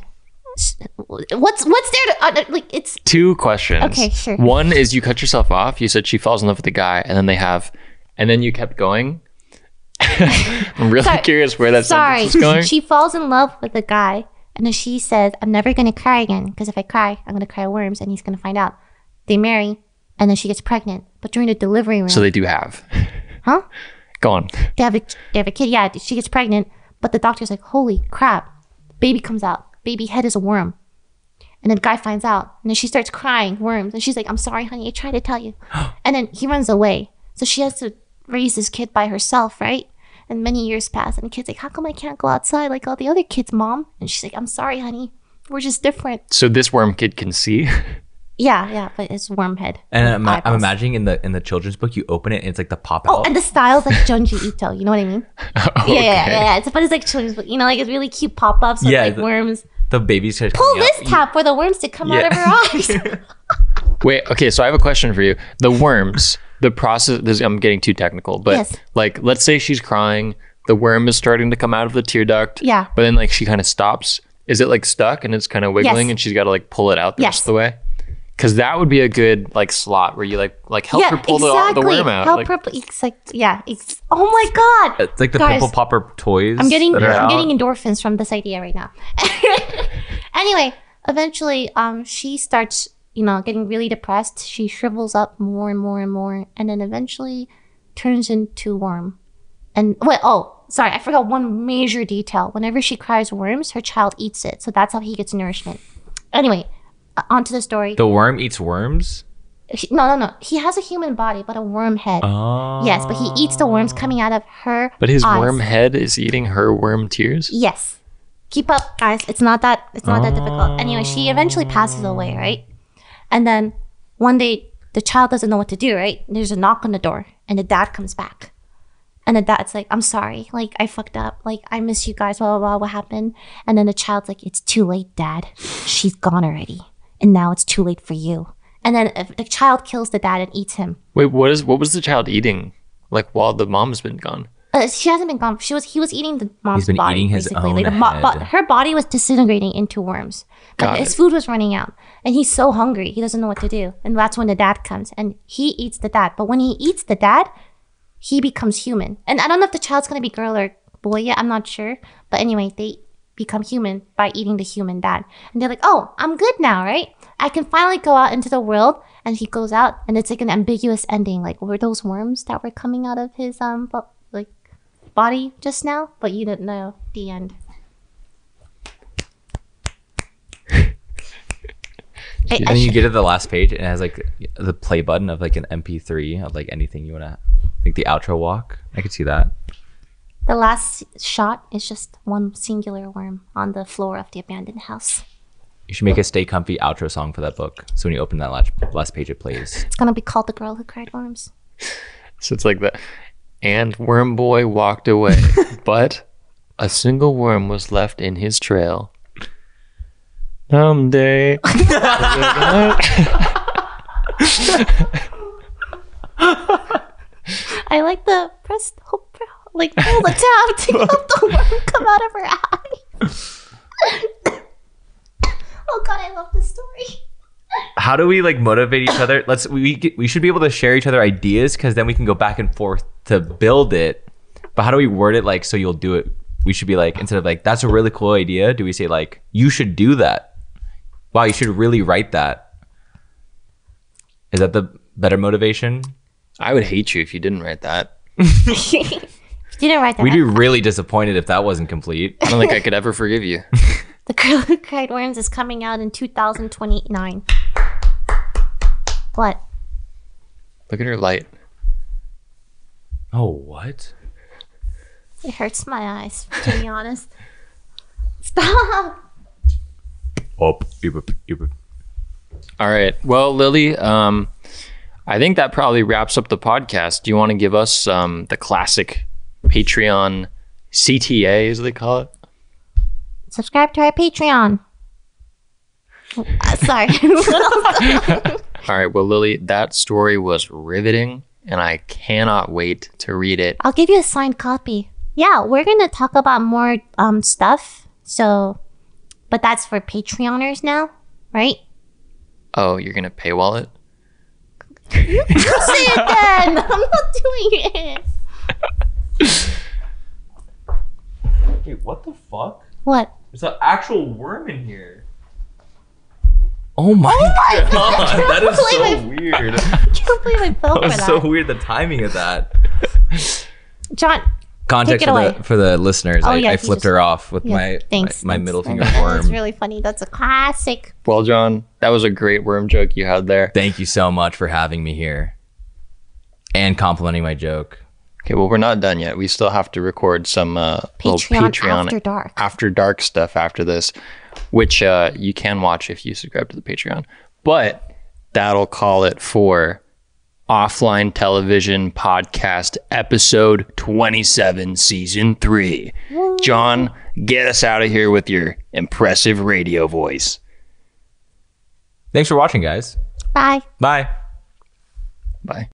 B: S- What's what's there to uh, like? It's
C: Two questions.
B: Okay, sure.
C: One is you cut yourself off. You said she falls in love with a guy, and then they have, and then you kept going. I'm really
B: Sorry.
C: curious where that
B: sorry.
C: sentence is going.
B: She falls in love with a guy, and then she says, "I'm never gonna cry again because if I cry, I'm gonna cry worms, and he's gonna find out." They marry, and then she gets pregnant. But during the delivery room,
C: so they do have.
B: Huh?
C: Go on.
B: they have a they have a kid. Yeah, she gets pregnant, but the doctor's like, "Holy crap!" Baby comes out. Baby head is a worm. And then the guy finds out, and then she starts crying worms, and she's like, "I'm sorry, honey. I tried to tell you." and then he runs away, so she has to raise this kid by herself, right? And many years pass, and the kid's like, "How come I can't go outside like all the other kids, mom?" And she's like, "I'm sorry, honey. We're just different."
C: So this worm kid can see.
B: Yeah, yeah, but it's worm head.
A: And
B: with
A: I'm, I'm
B: eyeballs.
A: imagining in the in the children's book, you open it and it's like the pop
B: Oh,
A: out.
B: and the style's like Junji Ito. You know what I mean?
C: okay.
B: Yeah, yeah, yeah, yeah. It's but it's like children's book. You know, like it's really cute pop ups with
A: Yeah,
B: like
A: the-
B: worms.
A: the baby's pull
B: Pull this tab for the worms to come out of her eyes.
C: Wait, okay, so I have a question for you. The worms, the process, this, I'm getting too technical, but
B: Yes.
C: like, let's say she's crying, the worm is starting to come out of the tear duct,
B: Yeah.
C: but then like she kind of stops. Is it like stuck and it's kind of wiggling
B: Yes.
C: and she's got to like pull it out the
B: Yes.
C: rest of the way? Because that would be a good like slot where you like like help her pull the, the worm out.
B: Help
C: like-
B: her. pu- It's like yeah. It's, oh my god.
A: It's like the
B: Guys,
A: pimple popper toys.
B: I'm getting
A: that are
B: I'm
A: out.
B: getting endorphins from this idea right now. anyway, eventually, um, she starts you know getting really depressed. She shrivels up more and more and more, and then eventually turns into worm. And wait, oh, sorry, I forgot one major detail. Whenever she cries worms, her child eats it, so that's how he gets nourishment. Anyway, uh, onto the story.
A: The worm eats worms.
B: He- no, no, no. He has a human body, but a worm head.
A: Oh.
B: yes, but he eats the worms coming out of her.
C: Ah. But his
B: eyes.
C: worm head is eating her worm tears.
B: Yes. Keep up, guys. It's not that it's not that difficult. Anyway, she eventually passes away, right? And then one day the child doesn't know what to do, right? There's a knock on the door and the dad comes back. And the dad's like, I'm sorry, like I fucked up. Like I miss you guys, blah blah blah, what happened? And then the child's like, It's too late, dad. She's gone already. And now it's too late for you. And then if the child kills the dad and eats him.
C: Wait, what is what was the child eating? Like while the mom's been gone.
B: Uh, she hasn't been gone. She was. He was eating the mom's
A: been
B: body.
A: eating his
B: basically.
A: own
B: Like, the mo-
A: head.
B: bo- her body was disintegrating into worms. Like,
C: Got
B: his
C: it.
B: food was running out, and he's so hungry he doesn't know what to do. And that's when the dad comes, and he eats the dad. But when he eats the dad, he becomes human. And I don't know if the child's gonna be girl or boy yet. I'm not sure. But anyway, they become human by eating the human dad, and they're like, "Oh, I'm good now, right? I can finally go out into the world." And he goes out, and it's like an ambiguous ending. Like, were those worms that were coming out of his um, bu- like body just now, but you didn't know the end. I, I
A: And you
B: should-
A: get to the last page, and it has like the play button of like an MP3 of like anything you want to, like the outro walk. I could see that.
B: the last shot is just one singular worm on the floor of the abandoned house.
A: You should make a stay comfy outro song for that book. So when you open that last, last page, it plays.
B: It's gonna be called "The Girl Who Cried Worms."
C: So it's like that. And worm boy walked away, but a single worm was left in his trail. Someday.
B: I like the press hope, like pull the tab to help the worm come out of her eye. oh god, I love this story.
A: How do we like motivate each other? Let's we we get- we should be able to share each other ideas because then we can go back and forth to build it. But how do we word it like so you'll do it? We should be like instead of like that's a really cool idea. Do we say like you should do that? Wow, you should really write that. Is that the better motivation?
C: I would hate you if you didn't write that.
B: You didn't write that.
A: We'd be really disappointed if that wasn't complete.
C: I don't think I could ever forgive you.
B: The Girl Who Cried Worms is coming out in 2029. What?
C: Look at her light.
A: Oh what?
B: It hurts my eyes, to be honest. Stop!
A: Up, up, up.
C: All right. Well, Lily, um, I think that probably wraps up the podcast. Do you want to give us um, the classic Patreon CTA, as they call it?
B: Subscribe to our Patreon. Uh, sorry.
C: All right. Well, Lily, that story was riveting, and I cannot wait to read it.
B: I'll give you a signed copy. Yeah, we're going to talk about more um, stuff. So, but that's for Patreoners now, right?
C: Oh, you're going to paywall it?
B: You say it then! I'm not doing it!
A: Wait, what the fuck?
B: What?
A: There's an actual worm in here. Oh my, god, that is
B: Play
A: so
B: with-
A: weird.
B: I can't believe I fell for
A: That was
B: that.
A: so weird. The timing of that.
B: John,
A: Context
B: Take it
A: for the,
B: away.
A: for the listeners.
B: Oh,
A: I,
B: yeah,
A: I
B: he
A: flipped
B: just-
A: her off with
B: Yeah,
A: my,
B: thanks.
A: my my
B: That's-
A: middle finger
B: that was
A: worm.
B: really funny. That's a classic.
C: Well, John, that was a great worm joke you had there.
A: Thank you so much for having me here and complimenting my joke.
C: Okay. Well, we're not done yet. We still have to record some uh, little
B: Patreon,
C: Patreon
B: After Dark.
C: after dark stuff after this, which uh, you can watch if you subscribe to the Patreon. But that'll call it for offline television podcast episode 27, season three. John, get us out of here with your impressive radio voice.
A: Thanks for watching, guys.
B: Bye.
A: Bye.
C: Bye.